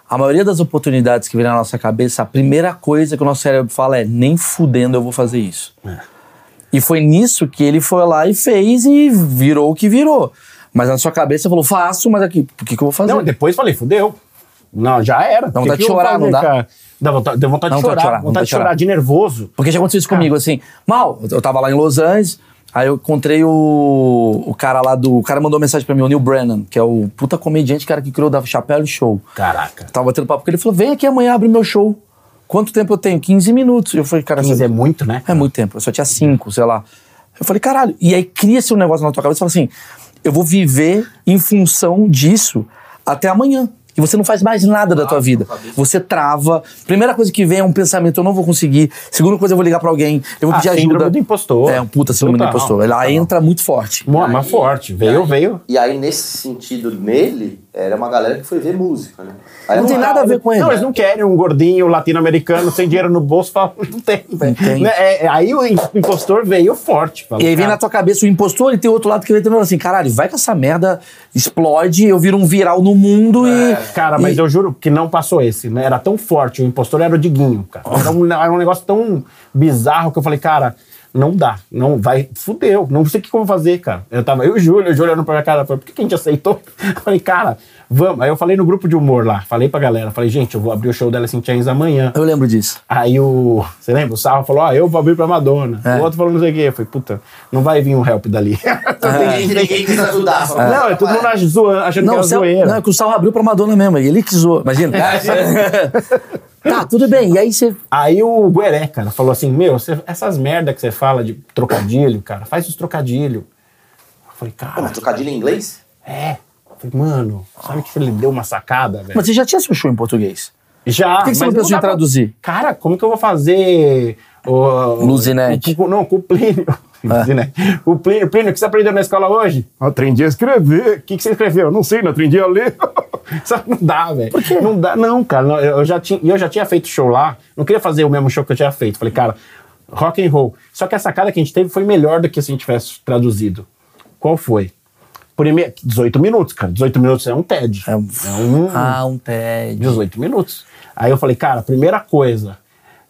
[SPEAKER 4] A maioria das oportunidades que vem na nossa cabeça, a primeira coisa que o nosso cérebro fala é: nem fudendo eu vou fazer isso. E foi nisso que ele foi lá e fez e virou o que virou. Mas na sua cabeça falou: faço, mas aqui, o que, que eu vou fazer?
[SPEAKER 1] Não, depois falei, fudeu. Não, já era.
[SPEAKER 4] Dá
[SPEAKER 1] O que
[SPEAKER 4] vontade
[SPEAKER 1] que
[SPEAKER 4] de
[SPEAKER 1] eu vou
[SPEAKER 4] chorar, não dá?
[SPEAKER 1] cara? Dá vontade, deu vontade
[SPEAKER 4] Dá
[SPEAKER 1] de chorar, vontade, de chorar, de nervoso.
[SPEAKER 4] Porque já aconteceu isso comigo, assim. Mal, eu tava lá em Los Angeles, aí eu encontrei o, o cara lá do. O cara mandou mensagem pra mim, o Neil Brennan, que é o puta comediante, cara que criou o da Chapéu e Show.
[SPEAKER 1] Caraca.
[SPEAKER 4] Tava batendo papo com ele, ele falou: vem aqui amanhã abrir meu show. Quanto tempo eu tenho? 15 minutos. Eu falei, cara,
[SPEAKER 1] 15
[SPEAKER 4] você-
[SPEAKER 1] é muito, né?
[SPEAKER 4] é muito tempo, eu só tinha cinco, sei lá. Eu falei, caralho. E aí cria-se um negócio na tua cabeça e fala assim: eu vou viver em função disso até amanhã. E você não faz mais nada da tua vida. Você trava. Primeira coisa que vem é um pensamento: eu não vou conseguir. Segunda coisa, eu vou ligar pra alguém, eu vou
[SPEAKER 1] Ah,
[SPEAKER 4] pedir ajuda.
[SPEAKER 1] síndrome do impostor.
[SPEAKER 4] É, um puta síndrome do
[SPEAKER 1] Total,
[SPEAKER 4] impostor. Ela entra muito forte.
[SPEAKER 1] Mó- Mas forte. Veio, veio.
[SPEAKER 3] E aí, nesse sentido, nele, era uma galera que foi ver música, né?
[SPEAKER 4] Não
[SPEAKER 3] Aí era
[SPEAKER 4] tem
[SPEAKER 3] uma-
[SPEAKER 4] nada a ver com ele.
[SPEAKER 1] Não, eles não querem um gordinho latino-americano sem dinheiro no bolso. Fala, não tem.
[SPEAKER 4] tem.
[SPEAKER 1] Né? É, é, aí o impostor veio forte. fala,
[SPEAKER 4] E aí vem
[SPEAKER 1] cara,
[SPEAKER 4] na tua cabeça o impostor e tem outro lado que vem também assim: caralho, vai que essa merda explode, eu viro um viral no mundo e.
[SPEAKER 1] é, Cara, mas
[SPEAKER 4] e-
[SPEAKER 1] eu juro que não passou esse, né? Era tão forte, o impostor era o Diguinho, cara. Era um, era um negócio tão bizarro que eu falei, cara, não dá, não vai, fudeu, não sei o que eu vou fazer, cara. Eu tava, eu e o Júlio, o Júlio olhando pra minha cara, falei, por que que a gente aceitou? Eu falei, cara, vamos. Aí eu falei no grupo de humor lá, falei pra galera, falei, gente, eu vou abrir o show dela em Chains amanhã.
[SPEAKER 4] Eu lembro disso.
[SPEAKER 1] Aí o. Você lembra? O Sarro falou: Ah, eu vou abrir pra Madonna.
[SPEAKER 4] É.
[SPEAKER 1] O outro falou não sei o quê. Eu falei, puta, não vai vir um help dali. Então
[SPEAKER 3] Ninguém, "Ah, ninguém quis ajudar. só-
[SPEAKER 1] Não, é todo mundo ach- zoando, achando que
[SPEAKER 4] É. Não, o
[SPEAKER 1] era
[SPEAKER 4] Sal-
[SPEAKER 1] zoeira. É,
[SPEAKER 4] não, é que o Sal abriu pra Madonna mesmo, e ele que zoou, imagina. tá, tudo bem, e aí você...
[SPEAKER 1] Aí o Gueré, cara, falou assim: Meu, você- essas merda que você fala de trocadilho, cara, faz os trocadilho. Eu falei,
[SPEAKER 3] Pô, mas
[SPEAKER 1] cara,
[SPEAKER 3] trocadilho em inglês?
[SPEAKER 1] é. Eu falei, mano, sabe que ele deu uma sacada, velho?
[SPEAKER 4] Mas você já tinha seu show em português?
[SPEAKER 1] Já.
[SPEAKER 4] Por que que você
[SPEAKER 1] mas
[SPEAKER 4] não pensou
[SPEAKER 1] dá
[SPEAKER 4] em traduzir?
[SPEAKER 1] pra- Cara, como que eu vou fazer. O,
[SPEAKER 4] Luzinete.
[SPEAKER 1] o- não, com o Plínio.
[SPEAKER 4] É.
[SPEAKER 1] Luzinete. O Plínio, Plínio, o que você aprendeu na escola hoje?
[SPEAKER 2] Eu aprendi a escrever.
[SPEAKER 1] O que, que você escreveu? Não sei, não aprendi a ler. Só não dá, velho. Por quê? Não dá, não, cara. Não, eu, eu já tinha, e eu já tinha feito show lá. Não queria fazer o mesmo show que eu tinha feito. Falei, cara, rock and roll. Só que a sacada que a gente teve foi melhor do que se a gente tivesse traduzido. Qual foi? Primeiro, 18 minutos, cara. 18 minutos é um TED.
[SPEAKER 4] É um- Ah, um TED.
[SPEAKER 1] 18 minutos. Aí eu falei, cara, primeira coisa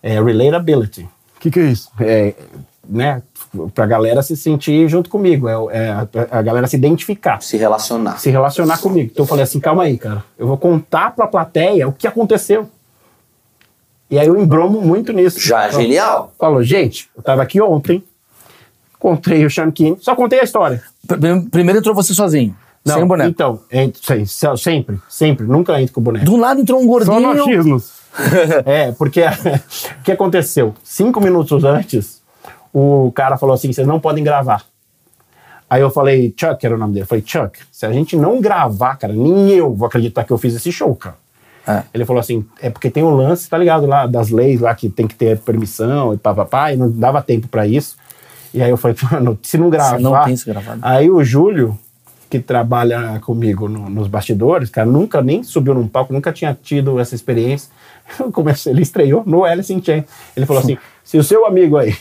[SPEAKER 1] é relatability
[SPEAKER 2] O que, que é isso?
[SPEAKER 1] é, né, pra galera se sentir junto comigo, é, o- é a, a galera se identificar,
[SPEAKER 3] Se relacionar.
[SPEAKER 1] se relacionar comigo. Então eu falei assim, calma aí, cara, eu vou contar pra plateia o que aconteceu. E aí eu embromo muito nisso.
[SPEAKER 3] Já é
[SPEAKER 1] Então,
[SPEAKER 3] genial.
[SPEAKER 1] Falou, gente, eu tava aqui ontem, encontrei o Sean Keane, só contei a história.
[SPEAKER 4] Pr- Primeiro entrou você sozinho, sem
[SPEAKER 1] Não,
[SPEAKER 4] boneco.
[SPEAKER 1] Então, ent- sem- se- sempre, sempre, nunca entro com o boneco.
[SPEAKER 4] Do lado entrou um
[SPEAKER 2] Só no
[SPEAKER 4] gordinho...
[SPEAKER 2] achismo.
[SPEAKER 1] É, porque o que aconteceu? Cinco minutos antes, o cara falou assim: vocês não podem gravar. Aí eu falei, Chuck era o nome dele. Eu falei, Chuck, se a gente não gravar, cara, nem eu vou acreditar que eu fiz esse show, cara.
[SPEAKER 4] É.
[SPEAKER 1] Ele falou assim: é porque tem um lance, tá ligado, lá das leis lá que tem que ter permissão e papapá, e não dava tempo pra isso. E aí eu falei, mano, se não gravar.
[SPEAKER 4] Se não tem isso gravado.
[SPEAKER 1] Aí o Júlio, que trabalha comigo no- nos bastidores, cara, nunca nem subiu num palco, nunca tinha tido essa experiência. Eu comecei- ele estreou no Alice in Chains. Ele falou assim: se o seu amigo aí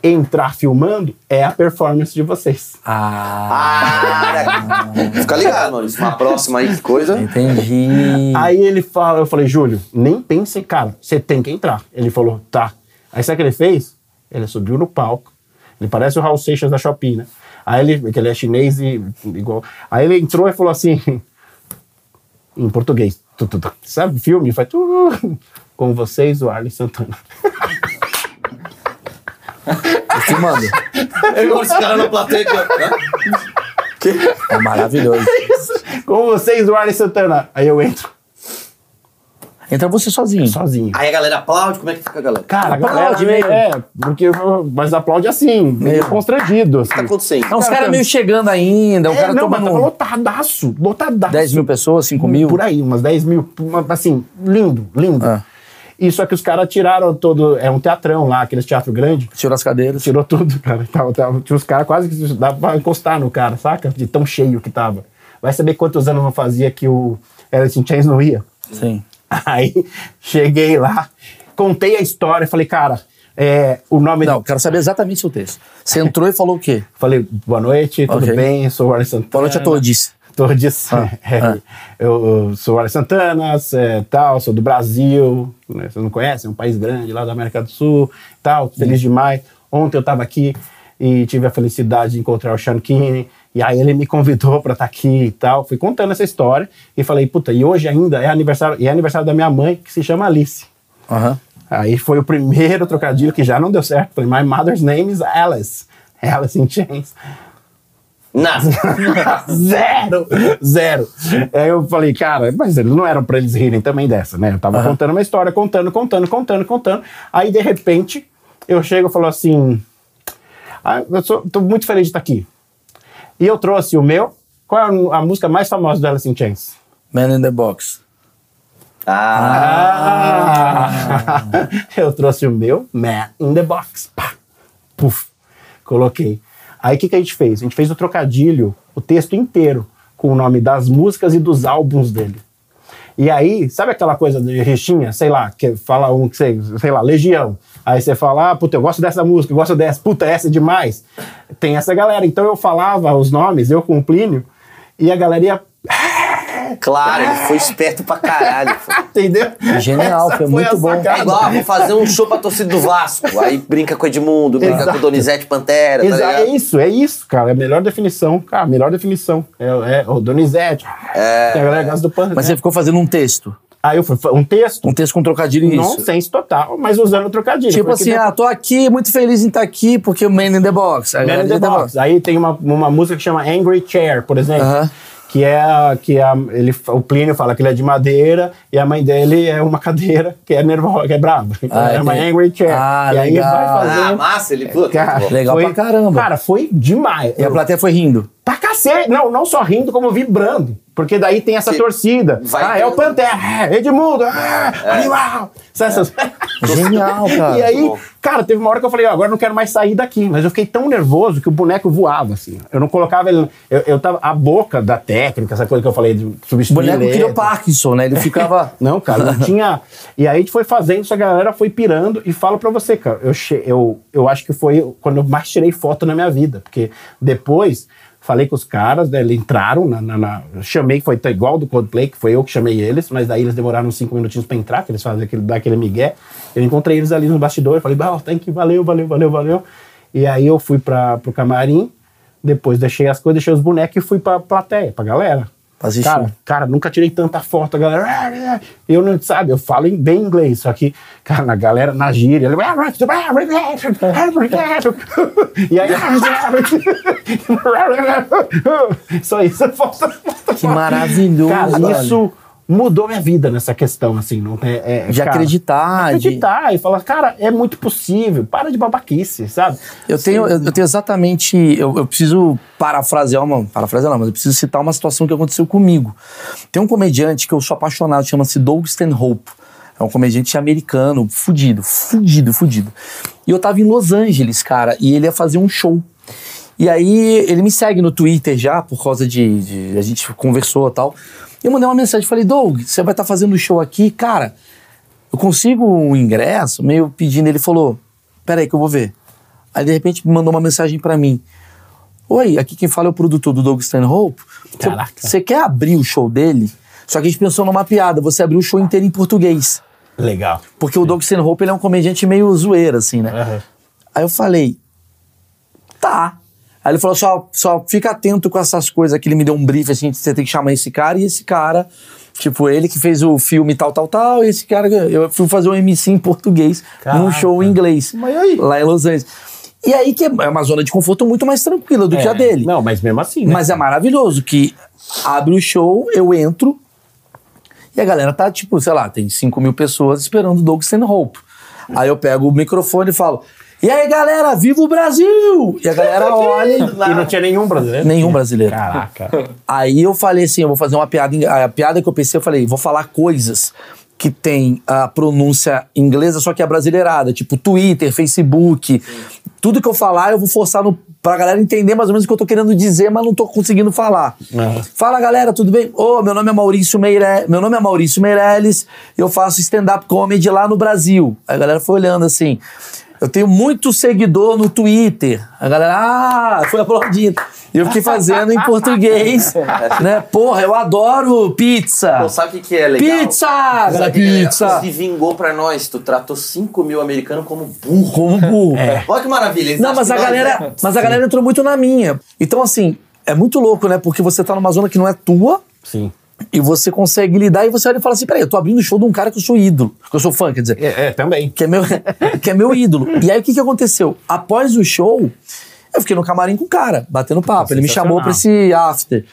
[SPEAKER 1] entrar filmando, é a performance de vocês.
[SPEAKER 4] Ah,
[SPEAKER 3] Ah, né? Fica ligado, Maurício. Uma próxima aí, que coisa.
[SPEAKER 4] entendi.
[SPEAKER 1] Aí ele fala, eu falei, Júlio, nem pense, cara, você tem que entrar. Ele falou, tá. Aí sabe o que ele fez? Ele subiu no palco. Ele parece o Raul Seixas da Shopee, né? Aí ele, que ele é chinês e igual. Aí ele entrou e falou assim, em português, tu, tu, tu, sabe, filme, faz tu, com vocês, o Arlen Santana.
[SPEAKER 4] Eu filmando.
[SPEAKER 3] É como esse cara na plateia. né?
[SPEAKER 4] É maravilhoso.
[SPEAKER 1] com vocês, o Arlen Santana. Aí eu entro
[SPEAKER 4] Entra você sozinho.
[SPEAKER 1] sozinho.
[SPEAKER 3] Aí a galera aplaude. Como é que fica a galera? O que
[SPEAKER 1] Cara,
[SPEAKER 4] Aplaude
[SPEAKER 1] aplaude
[SPEAKER 4] mesmo.
[SPEAKER 1] É, porque, mas aplaude assim, meio
[SPEAKER 4] Mesmo.
[SPEAKER 1] constrangido, assim.
[SPEAKER 3] tá acontecendo?
[SPEAKER 4] É uns caras meio chegando ainda, um
[SPEAKER 1] É,
[SPEAKER 4] cara
[SPEAKER 1] não, mas tava
[SPEAKER 4] tomando
[SPEAKER 1] lotadaço, lotadaço.
[SPEAKER 4] 10 mil pessoas, 5 mil.
[SPEAKER 1] Por aí, umas 10 mil. uma- assim, lindo, lindo.
[SPEAKER 4] Ah.
[SPEAKER 1] E só que os caras tiraram todo. É um teatrão lá, aqueles teatro grande.
[SPEAKER 4] Tirou as cadeiras.
[SPEAKER 1] Tirou tudo, cara. Tava, tava- tinha os caras quase que dava pra encostar no cara, saca? De tão cheio que tava. Vai saber quantos anos não fazia que o Alice in Chains não ia.
[SPEAKER 4] Sim.
[SPEAKER 1] Aí cheguei lá, contei a história, falei, cara, é, o nome
[SPEAKER 4] Não, É. quero saber exatamente o seu texto. Você entrou e falou o quê?
[SPEAKER 1] Falei, boa noite, tudo
[SPEAKER 4] Ok.
[SPEAKER 1] bem? Sou o Arlen Santana.
[SPEAKER 4] Boa noite a todos.
[SPEAKER 1] Todos. É,
[SPEAKER 4] ah.
[SPEAKER 1] Eu, eu sou o Arlen Santana, é, tal, sou do Brasil, né, vocês não conhecem, é um país grande lá da América do Sul, tal, feliz demais. Ontem eu estava aqui e tive a felicidade de encontrar o Sean Keane, e aí ele me convidou para estar aqui e tal. Fui contando essa história e falei, puta, e hoje ainda é aniversário, e é aniversário da minha mãe, que se chama Alice.
[SPEAKER 4] Aham.
[SPEAKER 1] Aí foi o primeiro trocadilho que já não deu certo. Falei, my mother's name is Alice. Alice in Chains.
[SPEAKER 3] Nada.
[SPEAKER 1] zero, zero. Aí eu falei, cara, mas eles não eram pra eles rirem também dessa, né? Eu tava contando uma história, contando, contando, contando, contando. Aí, de repente, eu chego e falo assim: "Ah, eu sou, tô muito feliz de estar aqui. E eu trouxe o meu. Qual é a, a música mais famosa do Alice in Chains?
[SPEAKER 4] Man in the Box.
[SPEAKER 3] Ah,
[SPEAKER 1] eu trouxe o meu Man in the Box. Pá. Puf. Coloquei. Aí o que, que a gente fez? A gente fez o trocadilho, o texto inteiro, com o nome das músicas e dos álbuns dele. E aí, sabe aquela coisa de rixinha, sei lá, que fala um que sei, sei lá, Legião. Aí você fala, ah, puta, eu gosto dessa música, eu gosto dessa, puta, essa é demais. Tem essa galera. Então eu falava os nomes, eu com o Plínio, e a galera ia
[SPEAKER 3] claro, ele foi esperto pra caralho.
[SPEAKER 1] Entendeu?
[SPEAKER 4] Genial, foi muito
[SPEAKER 1] a
[SPEAKER 4] bom.
[SPEAKER 1] sacada.
[SPEAKER 3] É igual, ah, vou fazer um show pra torcida do Vasco. Aí brinca com o Edmundo, brinca
[SPEAKER 1] Exato.
[SPEAKER 3] com o Donizete Pantera,
[SPEAKER 1] Exa-
[SPEAKER 3] tá
[SPEAKER 1] é
[SPEAKER 3] ligado?
[SPEAKER 1] isso, é isso, cara. É a melhor definição. Cara, a melhor definição. É, é o Donizete. É. Tem a galera que gosta do Pantera.
[SPEAKER 4] Mas você ficou fazendo um texto.
[SPEAKER 1] Aí eu fui fa- um texto,
[SPEAKER 4] Um texto com trocadilho e isso.
[SPEAKER 1] nonsense total, mas usando o trocadilho.
[SPEAKER 4] Tipo
[SPEAKER 1] porque
[SPEAKER 4] assim, ah, tô aqui, muito feliz em estar aqui, porque o Man in the Box.
[SPEAKER 1] Man in the Box. Aí tem uma, uma música que chama Angry Chair, por exemplo.
[SPEAKER 4] Aham.
[SPEAKER 1] Que é a- que a, ele, o Plínio fala que ele é de madeira e a mãe dele é uma cadeira que é nervosa, que é brava. Então
[SPEAKER 4] Ah,
[SPEAKER 1] é uma
[SPEAKER 4] entendi.
[SPEAKER 1] Angry Chair.
[SPEAKER 4] Ah,
[SPEAKER 1] e aí
[SPEAKER 4] legal.
[SPEAKER 1] vai
[SPEAKER 3] Ah,
[SPEAKER 1] fazendo.
[SPEAKER 3] massa, ele... Puta,
[SPEAKER 1] cara,
[SPEAKER 3] muito bom.
[SPEAKER 4] um- Legal
[SPEAKER 1] foi-
[SPEAKER 4] pra caramba.
[SPEAKER 1] Cara, foi demais.
[SPEAKER 4] E a
[SPEAKER 1] Eu-
[SPEAKER 4] plateia foi rindo.
[SPEAKER 1] Pra cacete! Não, não só rindo, como vibrando. Porque daí tem essa
[SPEAKER 3] Que
[SPEAKER 1] torcida.
[SPEAKER 3] vai
[SPEAKER 1] ah, é o
[SPEAKER 3] entrando.
[SPEAKER 1] Pantera! É Edmundo! Ah, Animal! Sabe essas-
[SPEAKER 4] Genial, cara.
[SPEAKER 1] E aí,
[SPEAKER 3] Bom.
[SPEAKER 1] cara, teve uma hora que eu falei, ó, agora eu não quero mais sair daqui. Mas eu fiquei tão nervoso que o boneco voava, assim. Eu não colocava ele... Eu, eu tava... A boca da técnica, essa coisa que eu falei de
[SPEAKER 4] O
[SPEAKER 1] substituir...
[SPEAKER 4] boneco
[SPEAKER 1] letra.
[SPEAKER 4] criou Parkinson, né? Ele ficava.
[SPEAKER 1] Não, cara, não tinha. E aí a gente foi fazendo, essa galera foi pirando. E falo pra você, cara, eu, che- eu, eu acho que foi quando eu mais tirei foto na minha vida. Porque depois falei com os caras, né, eles entraram na. na- na- eu chamei, foi t- igual do Coldplay, que foi eu que chamei eles, mas daí eles demoraram uns cinco minutinhos pra entrar, que eles fazem aquele, dá aquele migué. Eu encontrei eles ali no bastidor, falei, bah, thank you, valeu, valeu, valeu, valeu. E aí eu fui pra, pro camarim, depois deixei as coisas, deixei os bonecos e fui pra plateia, pra galera.
[SPEAKER 4] Pra assistir.
[SPEAKER 1] Cara, cara, nunca tirei tanta foto, a galera. "Ah, ah", Eu não, sabe, eu falo em bem inglês, só que, cara, a galera na gíria. ele, "Ah, right, ah, obrigado, ah, obrigado." E aí. "Ah, ah, Só isso, foto.
[SPEAKER 4] Que maravilhoso,
[SPEAKER 1] Cara,
[SPEAKER 4] olha.
[SPEAKER 1] isso mudou minha vida nessa questão, assim. Não, é, é,
[SPEAKER 4] De
[SPEAKER 1] cara,
[SPEAKER 4] acreditar, de-
[SPEAKER 1] Acreditar e falar, cara, é muito possível, para de babaquice, sabe?
[SPEAKER 4] Eu tenho, eu, eu tenho exatamente. Eu, eu preciso parafrasear uma. Parafrasear não, mas eu preciso citar uma situação que aconteceu comigo. Tem um comediante que eu sou apaixonado, chama-se Doug Stanhope. É um comediante americano, fudido, fudido, fudido. E eu tava em Los Angeles, cara, e ele ia fazer um show. E aí ele me segue no Twitter já, por causa de. de- a gente conversou e tal. E eu mandei uma mensagem, falei, Doug, você vai estar fazendo um show aqui, cara. Eu consigo um ingresso, meio pedindo. Ele falou: Peraí, que eu vou ver. Aí, de repente, me mandou uma mensagem pra mim: Oi, aqui quem fala é o produtor do Doug Stanhope. Cê-
[SPEAKER 1] Caraca.
[SPEAKER 4] Você quer abrir o show dele? Só que a gente pensou numa piada: você abriu o show inteiro em português.
[SPEAKER 1] Legal.
[SPEAKER 4] Porque o Doug Stanhope ele é um comediante meio zoeira, assim, né? Aí eu falei, tá. Aí ele falou, só, só fica atento com essas coisas que ele me deu um brief, assim, você tem que chamar esse cara e esse cara. Tipo, ele que fez o filme tal, tal, tal, e esse cara... Eu fui fazer um MC em português num show em inglês.
[SPEAKER 1] Mas e aí?
[SPEAKER 4] Lá em Los Angeles. E aí que é uma zona de conforto muito mais tranquila do que a
[SPEAKER 1] É,
[SPEAKER 4] dele.
[SPEAKER 1] Não, mas mesmo assim. Né?
[SPEAKER 4] Mas é maravilhoso que abre o show, eu entro e a galera tá, tipo, sei lá, tem 5 mil pessoas esperando o Doug Stanhope. Aí eu pego o microfone e falo: E aí, galera, viva o Brasil! E a galera olha.
[SPEAKER 1] E não tinha nenhum brasileiro.
[SPEAKER 4] Nenhum brasileiro.
[SPEAKER 1] Caraca.
[SPEAKER 4] Aí eu falei assim: eu vou fazer uma piada. em- A piada que eu pensei, eu falei: vou falar coisas que tem a pronúncia inglesa, só que é brasileirada, tipo Twitter, Facebook. Tudo que eu falar, eu vou forçar no, pra galera entender mais ou menos o que eu tô querendo dizer, mas não tô conseguindo falar. Fala galera, tudo bem? Ô, meu nome é Maurício Meirelles. Meu nome é Maurício Meirelles, eu faço stand-up comedy lá no Brasil. Aí a galera foi olhando assim. Eu tenho muito seguidor no Twitter. A galera, ah, foi aplaudindo. E eu fiquei fazendo em português, né? Porra, eu adoro pizza.
[SPEAKER 3] Pô, sabe o que, que é legal?
[SPEAKER 4] pizza!
[SPEAKER 3] Sabe
[SPEAKER 4] Galera,
[SPEAKER 3] o que que é legal?
[SPEAKER 4] pizza!
[SPEAKER 3] Se vingou pra nós, tu tratou 5 mil americanos como burro.
[SPEAKER 4] Como burro.
[SPEAKER 3] Olha que maravilha. eles
[SPEAKER 4] É. Não,
[SPEAKER 3] acham
[SPEAKER 4] mas
[SPEAKER 3] que é
[SPEAKER 4] a
[SPEAKER 3] nós-
[SPEAKER 4] galera, mas a galera entrou muito na minha. Então assim, é muito louco, né? Porque você tá numa zona que não é tua.
[SPEAKER 1] Sim.
[SPEAKER 4] E você consegue lidar e você olha e fala assim: peraí, eu tô abrindo o show de um cara que eu sou ídolo, que eu sou fã, quer dizer,
[SPEAKER 1] É, é, também.
[SPEAKER 4] que é meu, que é meu ídolo. E aí o que, que aconteceu? Após o show, Eu fiquei no camarim com o cara, batendo papo. ele me chamou pra esse after.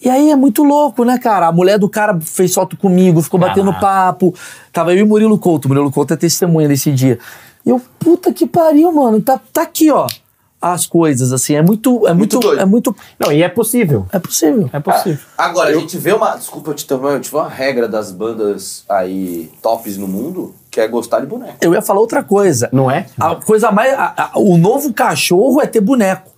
[SPEAKER 4] E aí é muito louco, né, cara? A mulher do cara fez foto comigo, ficou batendo papo. Tava eu e Murilo Couto. Murilo Couto é testemunha desse dia. E eu, puta que pariu, mano. Tá, tá aqui, ó. As coisas, assim. É muito. É muito.
[SPEAKER 3] Muito doido.
[SPEAKER 4] é muito.
[SPEAKER 1] Não, e é possível.
[SPEAKER 4] É possível.
[SPEAKER 1] É possível.
[SPEAKER 3] Agora, a gente vê uma. Desculpa eu te tomar, a gente vê uma regra das bandas aí tops no mundo que é gostar de boneco.
[SPEAKER 4] Eu ia falar outra coisa.
[SPEAKER 1] Não é?
[SPEAKER 4] A coisa mais. a- a- o novo cachorro é ter boneco.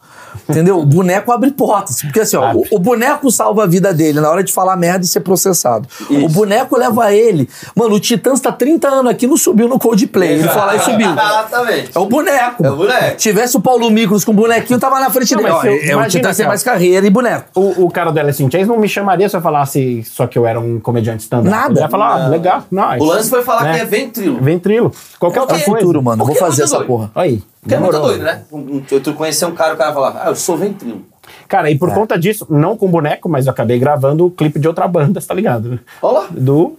[SPEAKER 4] Entendeu? O boneco abre portas. Porque assim, ó, o, o boneco salva a vida dele na hora de falar merda e ser processado. O boneco leva ele. Mano, o Titãs tá 30 anos aqui não subiu no
[SPEAKER 1] É,
[SPEAKER 4] Coldplay. Ele foi lá e subiu.
[SPEAKER 3] Exatamente.
[SPEAKER 4] É o boneco.
[SPEAKER 3] É o boneco.
[SPEAKER 4] Tivesse o Paulo Micros com o bonequinho, tava na frente
[SPEAKER 1] Não,
[SPEAKER 4] dele.
[SPEAKER 1] mas
[SPEAKER 4] Ó,
[SPEAKER 1] eu-
[SPEAKER 4] é, o
[SPEAKER 1] imagina, assim,
[SPEAKER 4] Titãs tem
[SPEAKER 1] cara.
[SPEAKER 4] mais carreira e boneco.
[SPEAKER 1] O, o cara do Alice in Chains não me chamaria se eu falasse só que eu era um comediante stand-up.
[SPEAKER 4] Nada.
[SPEAKER 1] Ele ia falar, ah, legal, nice.
[SPEAKER 3] O lance foi falar
[SPEAKER 1] Né?
[SPEAKER 3] que é ventrilo.
[SPEAKER 1] Ventrilo. Qualquer
[SPEAKER 4] É
[SPEAKER 1] outra
[SPEAKER 4] o
[SPEAKER 1] coisa.
[SPEAKER 4] futuro, mano. Vou
[SPEAKER 3] Porque
[SPEAKER 4] fazer
[SPEAKER 3] é
[SPEAKER 4] essa
[SPEAKER 3] doido.
[SPEAKER 4] porra.
[SPEAKER 1] Aí,
[SPEAKER 3] Porque é muito
[SPEAKER 1] demorou.
[SPEAKER 3] doido, né? Um- um- Tu tu conhecer um cara, o cara falar, ah, eu sou ventrilo.
[SPEAKER 1] Cara, e por conta disso, não com boneco, mas eu acabei gravando o clipe de outra banda, tá ligado? né?
[SPEAKER 3] Olha lá.
[SPEAKER 1] Do...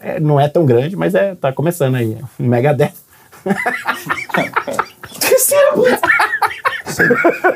[SPEAKER 1] é, não é tão grande, mas é, tá começando aí. é, Megadeth.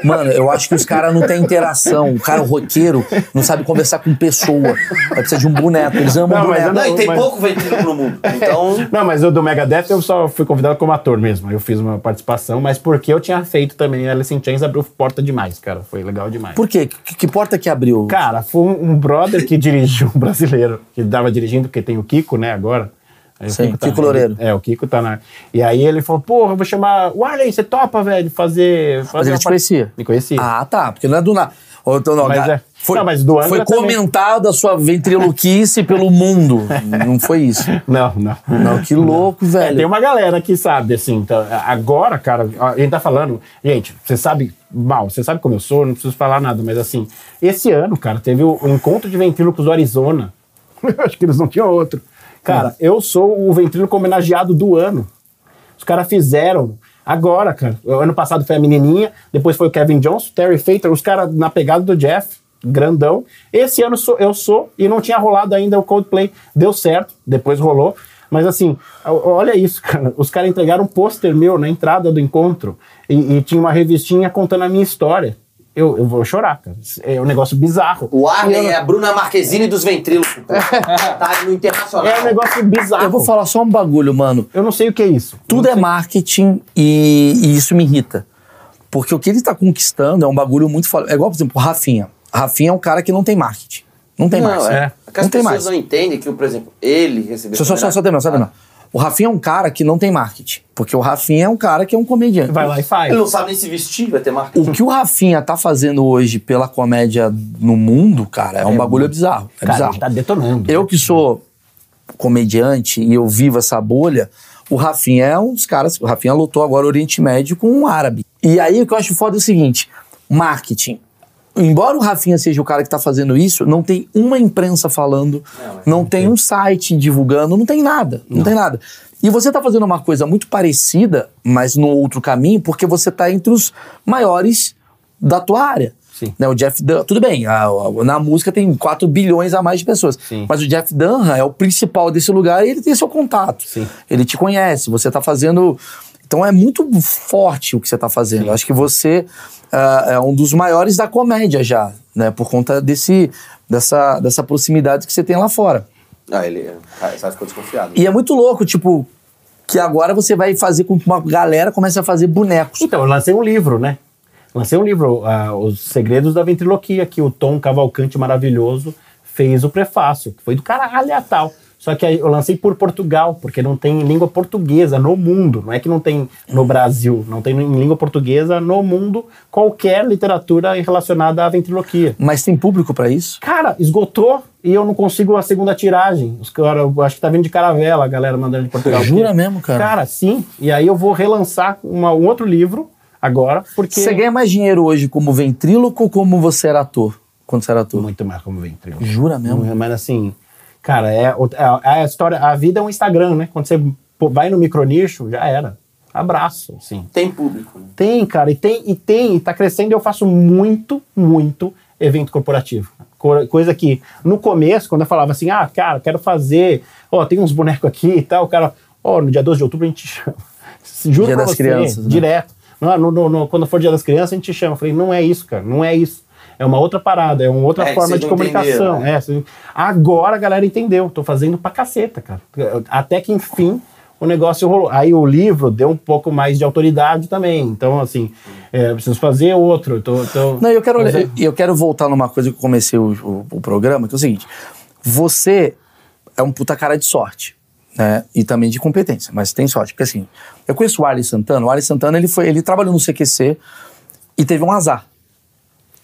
[SPEAKER 4] Mano, eu acho que os caras não têm interação. O cara, o roqueiro, não sabe conversar com pessoa. Vai precisar de um boneco. Eles amam
[SPEAKER 1] Não, mas
[SPEAKER 4] boneco.
[SPEAKER 1] eu
[SPEAKER 3] Não, e tem
[SPEAKER 1] mas-
[SPEAKER 3] pouco ventrilo no mundo. Então.
[SPEAKER 1] Não, mas o do Megadeth eu só fui convidado como ator mesmo. Eu fiz uma participação, mas porque eu tinha feito também Alice in Chains, abriu porta demais, cara. Foi legal demais.
[SPEAKER 4] Por quê? Que, que porta que abriu?
[SPEAKER 1] Cara, foi um um brother que dirigiu, um brasileiro, que tava dirigindo, porque tem o Kiko, né, agora. Aí o
[SPEAKER 4] Sim, Kiko
[SPEAKER 1] na-
[SPEAKER 4] Loureiro.
[SPEAKER 1] É, o Kiko tá na... E aí ele falou, porra, eu vou chamar... O Arley, você topa, velho, fazer... fazer
[SPEAKER 4] Mas ele
[SPEAKER 1] uma
[SPEAKER 4] te
[SPEAKER 1] par-
[SPEAKER 4] conhecia?
[SPEAKER 1] Me conhecia.
[SPEAKER 4] Ah, tá. Porque não é do nada. Ou Então, não,
[SPEAKER 1] Mas
[SPEAKER 4] ga-
[SPEAKER 1] é-
[SPEAKER 4] Foi,
[SPEAKER 1] Não, mas do
[SPEAKER 4] foi
[SPEAKER 1] Angra também.
[SPEAKER 4] comentada a sua ventriloquice pelo mundo. Não foi isso.
[SPEAKER 1] Não, não.
[SPEAKER 4] Não, que louco,
[SPEAKER 1] É, tem
[SPEAKER 4] velho.
[SPEAKER 1] uma galera que sabe, assim. Então, agora, cara, a gente tá falando. Gente, você sabe mal, você sabe como eu sou, não preciso falar nada, mas assim, esse ano, cara, teve o, o encontro de ventrílocos do Arizona. Eu Acho que eles não tinham outro.
[SPEAKER 4] Hum.
[SPEAKER 1] Cara, eu sou o ventríloco homenageado do ano. Os caras fizeram. Agora, cara. O ano passado foi a menininha, depois foi o Kevin Johnson, Terry Fator, os caras na pegada do Jeff, grandão. Esse ano sou- eu sou e não tinha rolado ainda o Coldplay. Deu certo, depois rolou. Mas assim, o- olha isso, cara. Os caras entregaram um pôster meu na entrada do encontro e, e tinha uma revistinha contando a minha história. Eu, eu vou chorar, cara. É um negócio bizarro.
[SPEAKER 3] O Arlen é a Bruna Marquezine dos ventrilos. tá no Internacional.
[SPEAKER 1] É um negócio bizarro.
[SPEAKER 4] Eu vou falar só um bagulho, mano.
[SPEAKER 1] Eu não sei o que é isso.
[SPEAKER 4] Tudo é marketing e, e isso me irrita. Porque o que ele tá conquistando é um bagulho muito foda. É igual, por exemplo, o Rafinha. Rafinha é um cara que não tem marketing. Não tem mais.
[SPEAKER 3] Não, é.
[SPEAKER 4] Não
[SPEAKER 3] Porque as
[SPEAKER 4] tem
[SPEAKER 3] pessoas né?
[SPEAKER 4] mais.
[SPEAKER 3] não entendem que, por exemplo, ele recebeu.
[SPEAKER 4] Só, só, só, só terminar, só terminar.
[SPEAKER 3] Ah.
[SPEAKER 4] O Rafinha é um cara que não tem marketing. Porque o Rafinha é um cara que é um comediante.
[SPEAKER 1] Vai lá e faz.
[SPEAKER 3] Ele não sabe nem se vestir, vai ter marca.
[SPEAKER 4] O que o Rafinha tá fazendo hoje pela comédia no mundo, cara, é um bagulho bizarro. É
[SPEAKER 1] Cara,
[SPEAKER 4] bizarro.
[SPEAKER 1] ele tá detonando.
[SPEAKER 4] Eu que sou comediante e eu vivo essa bolha, o Rafinha é um dos caras. O Rafinha lotou agora o Oriente Médio com um árabe. E aí o que eu acho foda é o seguinte: marketing. Embora o Rafinha seja o cara que tá fazendo isso, não tem uma imprensa falando, não, tem um site divulgando, não tem nada, não, tem nada. E você tá fazendo uma coisa muito parecida, mas no outro caminho, porque você tá entre os maiores da tua área.
[SPEAKER 1] Sim.
[SPEAKER 4] Né, o Jeff Dunham, tudo bem, a- a- na música tem 4 bilhões a mais de pessoas. Mas o Jeff Dunham é o principal desse lugar e ele tem seu contato. Ele te conhece, você tá fazendo. Então é muito forte o que você tá fazendo. Eu Acho que você ah, é um dos maiores da comédia já, né? Por conta desse, dessa, dessa proximidade que você tem lá fora.
[SPEAKER 3] Ah, ele. Cara, sabe, ficou desconfiado.
[SPEAKER 4] E é muito louco, tipo, que agora você vai fazer com que uma galera comece a fazer bonecos.
[SPEAKER 1] Então, eu lancei um livro, né? Lancei um livro, ah, Os Segredos da Ventriloquia, que o Tom Cavalcante maravilhoso fez o prefácio, que foi do caralho a tal. Só que aí eu lancei por Portugal, porque não tem língua portuguesa no mundo. Não é que não tem no Brasil, não tem em língua portuguesa no mundo qualquer literatura relacionada à ventriloquia.
[SPEAKER 4] Mas tem público pra isso?
[SPEAKER 1] Cara, esgotou e eu não consigo a segunda tiragem. Os cara, eu acho que tá vindo de caravela a galera mandando de Portugal.
[SPEAKER 4] Jura mesmo, cara?
[SPEAKER 1] Cara, sim. E aí eu vou relançar uma- um outro livro agora, porque...
[SPEAKER 4] Você ganha mais dinheiro hoje como ventríloco ou como você era ator? Quando você era ator?
[SPEAKER 1] Muito mais como ventrilo.
[SPEAKER 4] Jura mesmo?
[SPEAKER 1] Mas assim, cara, é, o- é- é a história, a vida é um Instagram, né? Quando você pô- vai no micronicho, já era. Abraço, sim.
[SPEAKER 3] Tem público. né?
[SPEAKER 1] Tem, cara, e tem, e tem, e tá crescendo. Eu faço muito, muito evento corporativo. Co- Coisa que no começo, quando eu falava assim, ah, cara, quero fazer, ó, tem uns bonecos aqui e tal, o cara, ó, no dia 12 de outubro a gente chama. Juro
[SPEAKER 4] Dia
[SPEAKER 1] pra
[SPEAKER 4] das
[SPEAKER 1] você,
[SPEAKER 4] Crianças, né?
[SPEAKER 1] direto. "Ah, no- no- no- quando for dia das crianças, a gente te chama. Eu falei, não é isso, cara, não é isso. É uma outra parada, é uma outra
[SPEAKER 3] É, que
[SPEAKER 1] forma
[SPEAKER 3] vocês
[SPEAKER 1] de
[SPEAKER 3] não entenderam,
[SPEAKER 1] comunicação.
[SPEAKER 3] né?
[SPEAKER 1] É, vocês- agora a galera entendeu. Tô fazendo pra caceta, cara. Até que enfim o negócio rolou. Aí o livro deu um pouco mais de autoridade também. Então, assim, é, eu preciso fazer outro. Tô, tô-
[SPEAKER 4] Não, eu quero,
[SPEAKER 1] Mas é-
[SPEAKER 4] eu, eu quero voltar numa coisa que eu comecei o, o- o programa, que é o seguinte: você é um puta cara de sorte, né? E também de competência, mas tem sorte. Porque assim, eu conheço o Alisson Santana, o Alisson Santana ele, foi, ele trabalhou no CQC e teve um azar.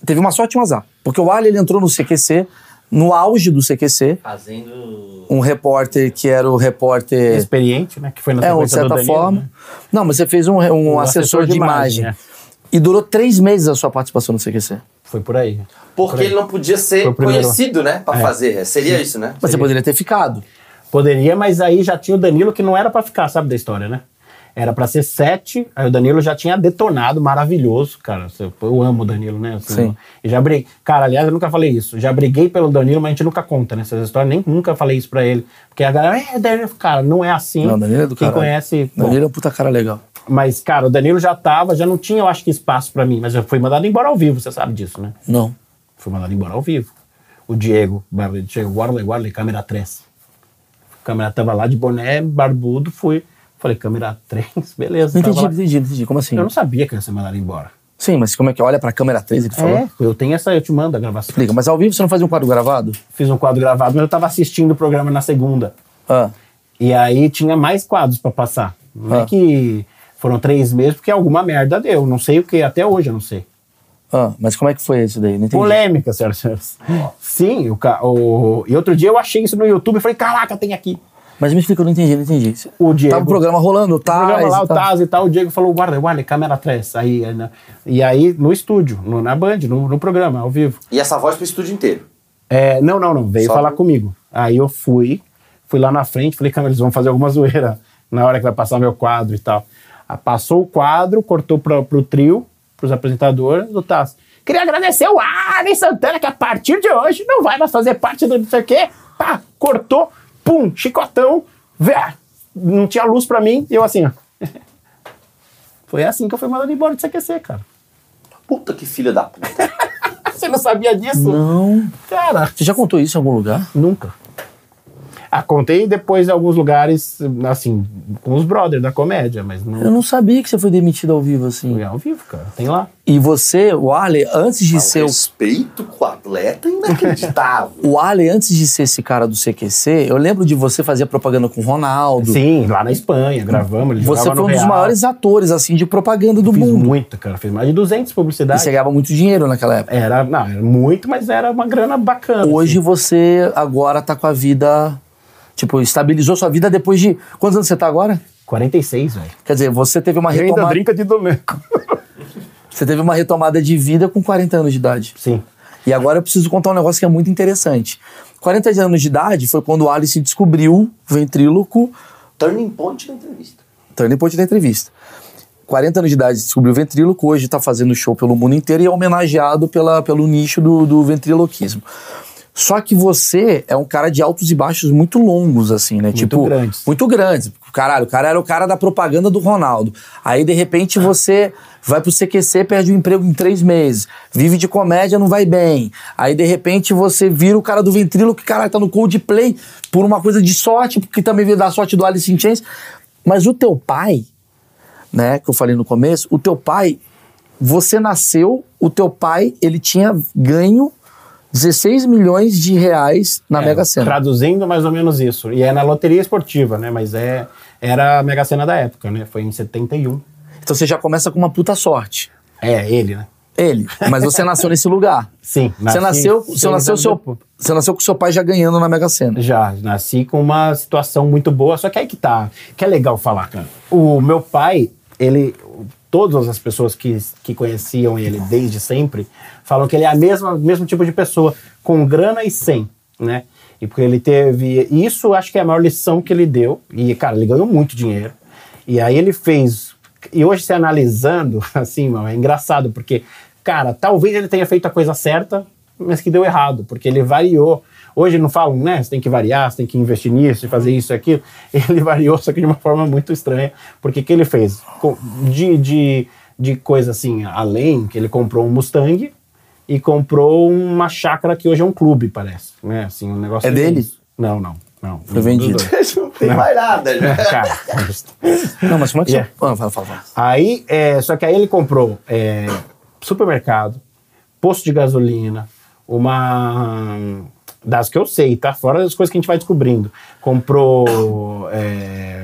[SPEAKER 4] Teve uma sorte e um azar. Porque o Ali ele entrou no CQC, no auge do CQC,
[SPEAKER 7] Fazendo.
[SPEAKER 4] um repórter que era o repórter.
[SPEAKER 1] Experiente, né? Que foi na
[SPEAKER 4] É, de
[SPEAKER 1] sequência
[SPEAKER 4] certa
[SPEAKER 1] do Danilo,
[SPEAKER 4] forma.
[SPEAKER 1] né?
[SPEAKER 4] Não, mas você fez um, um assessor, de imagem. E durou três meses a sua participação no CQC.
[SPEAKER 1] Foi por aí.
[SPEAKER 3] Porque ele não podia ser
[SPEAKER 1] Foi o primeiro.
[SPEAKER 3] conhecido, né? Pra
[SPEAKER 1] É.
[SPEAKER 3] fazer. Seria isso, né?
[SPEAKER 4] Mas você poderia ter ficado.
[SPEAKER 1] Poderia, mas aí já tinha o Danilo que não era pra ficar, sabe da história, né? Era pra ser sete, aí o Danilo já tinha detonado, maravilhoso, cara. Eu- Eu amo o Danilo, né? Assim,
[SPEAKER 4] Sim.
[SPEAKER 1] E já briguei. Cara, aliás, eu nunca falei isso. Já briguei pelo Danilo, mas a gente nunca conta, né? Essas histórias, nem nunca falei isso pra ele. Porque a galera, é, Danilo, cara, não é assim.
[SPEAKER 4] Não, Danilo é do
[SPEAKER 1] Quem
[SPEAKER 4] caralho.
[SPEAKER 1] conhece. bom,
[SPEAKER 4] Danilo é um puta cara legal.
[SPEAKER 1] mas, cara, o Danilo já tava, já não tinha, eu acho que, espaço pra mim. Mas eu fui mandado embora ao vivo, você sabe disso, né?
[SPEAKER 4] Não.
[SPEAKER 1] Fui mandado embora ao vivo. O Diego, barba- Diego Warley, Warley, câmera 3. A câmera tava lá de boné, barbudo, fui. Falei, câmera 3, beleza.
[SPEAKER 4] Não
[SPEAKER 1] tava lá.
[SPEAKER 4] entendi, entendi, entendi. Como assim?
[SPEAKER 1] Eu não sabia que ia ser mandado embora.
[SPEAKER 4] Sim, mas como é que olha pra câmera 3 ele falou?
[SPEAKER 1] É, eu tenho essa, eu te mando a gravação.
[SPEAKER 4] Explica, mas ao vivo você não fazia um quadro gravado?
[SPEAKER 1] Fiz um quadro gravado, mas eu tava assistindo o programa na segunda.
[SPEAKER 4] Ah.
[SPEAKER 1] E aí tinha mais quadros pra passar. Não
[SPEAKER 4] Ah.
[SPEAKER 1] é que foram três meses, porque alguma merda deu. Não sei o que, até hoje eu não sei.
[SPEAKER 4] Ah, mas como é que foi isso daí? Não entendi.
[SPEAKER 1] Polêmica, senhoras e senhores. Sim, o, ca- o, e outro dia eu achei isso no YouTube e falei, caraca, tem aqui.
[SPEAKER 4] Mas me explica, eu não entendi, não entendi.
[SPEAKER 1] O Diego.
[SPEAKER 4] Tava o programa rolando,
[SPEAKER 1] O
[SPEAKER 4] tá?
[SPEAKER 1] programa lá, o Taz e tal, o Diego falou, guarda, guarda, câmera atrás. Aí, aí, né? E aí, no estúdio, no- na Band, no, no programa, ao vivo.
[SPEAKER 3] E essa voz pro estúdio inteiro.
[SPEAKER 1] É, não, não, não, veio
[SPEAKER 3] Só
[SPEAKER 1] falar
[SPEAKER 3] pro-
[SPEAKER 1] comigo. Aí eu fui, fui lá na frente, falei, câmera, eles vão fazer alguma zoeira na hora que vai passar meu quadro e tal. Ah, passou o quadro, cortou pra, pro trio, pros apresentadores, do Taz. Queria agradecer o Arlen Santana, que a partir de hoje não vai mais fazer parte do não sei o quê. Pá, cortou, pum, chicotão, vá. Não tinha luz pra mim, eu assim, ó. Foi assim que eu fui mandado embora de se aquecer, cara.
[SPEAKER 3] Puta que filha da puta. É
[SPEAKER 1] Você não sabia disso?
[SPEAKER 4] Não.
[SPEAKER 1] Cara,
[SPEAKER 4] Você já contou isso em algum lugar?
[SPEAKER 1] Nunca. Ah, contei depois em alguns lugares, assim, com os brothers da comédia, mas não
[SPEAKER 4] Eu não sabia que você foi demitido ao vivo assim.
[SPEAKER 1] foi ao vivo, cara. Tem lá.
[SPEAKER 4] E você, o Ale, antes de ser o
[SPEAKER 3] um Respeito com o atleta é inacreditável.
[SPEAKER 4] O Ale, antes de ser esse cara do CQC, eu lembro de você fazer propaganda com o Ronaldo.
[SPEAKER 1] Sim, lá na Espanha, gravamos. Ele
[SPEAKER 4] Você
[SPEAKER 1] jogava
[SPEAKER 4] foi
[SPEAKER 1] no
[SPEAKER 4] um dos
[SPEAKER 1] Real.
[SPEAKER 4] maiores atores, assim, de propaganda do
[SPEAKER 1] Fiz um
[SPEAKER 4] mundo. é
[SPEAKER 1] muito, cara. Fiz mais de 200
[SPEAKER 4] E
[SPEAKER 1] publicidades.
[SPEAKER 4] você ganhava muito dinheiro naquela época.
[SPEAKER 1] Era, não, era muito, mas era uma grana bacana.
[SPEAKER 4] Hoje você agora tá com a vida. Tipo, estabilizou sua vida depois de. Quantos anos você tá agora?
[SPEAKER 1] assim. 46, velho.
[SPEAKER 4] Quer dizer, você teve uma retomada.
[SPEAKER 1] de doneco.
[SPEAKER 4] Você teve uma retomada de vida com 40 anos de idade.
[SPEAKER 1] Sim.
[SPEAKER 4] E agora eu preciso contar um negócio que é muito interessante. 40 anos de idade foi quando o Alice descobriu o ventríloco
[SPEAKER 3] Turning point na entrevista.
[SPEAKER 4] Então ele pôde da entrevista. 40 anos de idade descobriu o ventríloco, hoje está fazendo show pelo mundo inteiro e é homenageado pela, pelo nicho do, do ventriloquismo. Só que você é um cara de altos e baixos muito longos, assim, né? Muito
[SPEAKER 1] grandes.
[SPEAKER 4] Muito grandes. Caralho, o cara era o cara da propaganda do Ronaldo. Aí, de repente, você vai pro CQC, perde o emprego em três meses. Vive de comédia, não vai bem. Aí, de repente, você vira o cara do ventrilo que, caralho, tá no Coldplay por uma coisa de sorte, porque também veio da sorte do Alice in Chains. Mas o teu pai, né, que eu falei no começo, o teu pai, você nasceu, o teu pai, ele tinha ganho 16 milhões de reais na
[SPEAKER 1] É,
[SPEAKER 4] Mega Sena.
[SPEAKER 1] Traduzindo mais ou menos isso. E é na loteria esportiva, né? Mas é, era a Mega Sena da época, né? Foi em 71.
[SPEAKER 4] Então você já começa com uma puta sorte.
[SPEAKER 1] É, ele, né?
[SPEAKER 4] Ele. Mas você nasceu nesse lugar.
[SPEAKER 1] Sim. nasci
[SPEAKER 4] Você nasceu,
[SPEAKER 1] seis
[SPEAKER 4] você nasceu,
[SPEAKER 1] anos
[SPEAKER 4] seu,
[SPEAKER 1] depois.
[SPEAKER 4] você nasceu com seu pai já ganhando na Mega Sena.
[SPEAKER 1] Já, nasci com uma situação muito boa, só que aí que tá, que é legal falar, cara. O meu pai, ele, todas as pessoas que, que conheciam ele desde sempre, falam que ele é a mesma mesmo tipo de pessoa, com grana e sem, né? E porque ele teve, e isso acho que é a maior lição que ele deu, e cara, ele ganhou muito dinheiro. E aí ele fez, e hoje se analisando, assim, mano, é engraçado, porque, cara, talvez ele tenha feito a coisa certa, mas que deu errado, porque ele variou. Hoje não falam, né? Você tem que variar, você tem que investir nisso, fazer isso e aquilo. Ele variou, só que de uma forma muito estranha. Porque o que ele fez? Com- De, de, de coisa assim, além que ele comprou um Mustang e comprou uma chácara que hoje é um clube, parece. Né? Assim, um negócio
[SPEAKER 4] É dele?
[SPEAKER 1] Não, não. Não, É,
[SPEAKER 4] Foi vendido.
[SPEAKER 3] Não tem mais
[SPEAKER 4] É.
[SPEAKER 3] nada, né?
[SPEAKER 1] Cara,
[SPEAKER 4] Não, mas como é que
[SPEAKER 1] Yeah.
[SPEAKER 4] você... Ah, fala, fala, fala.
[SPEAKER 1] Aí, é, só que aí ele comprou é, supermercado, posto de gasolina, uma. hum, Das que eu sei, tá? Fora das coisas que a gente vai descobrindo. Comprou é,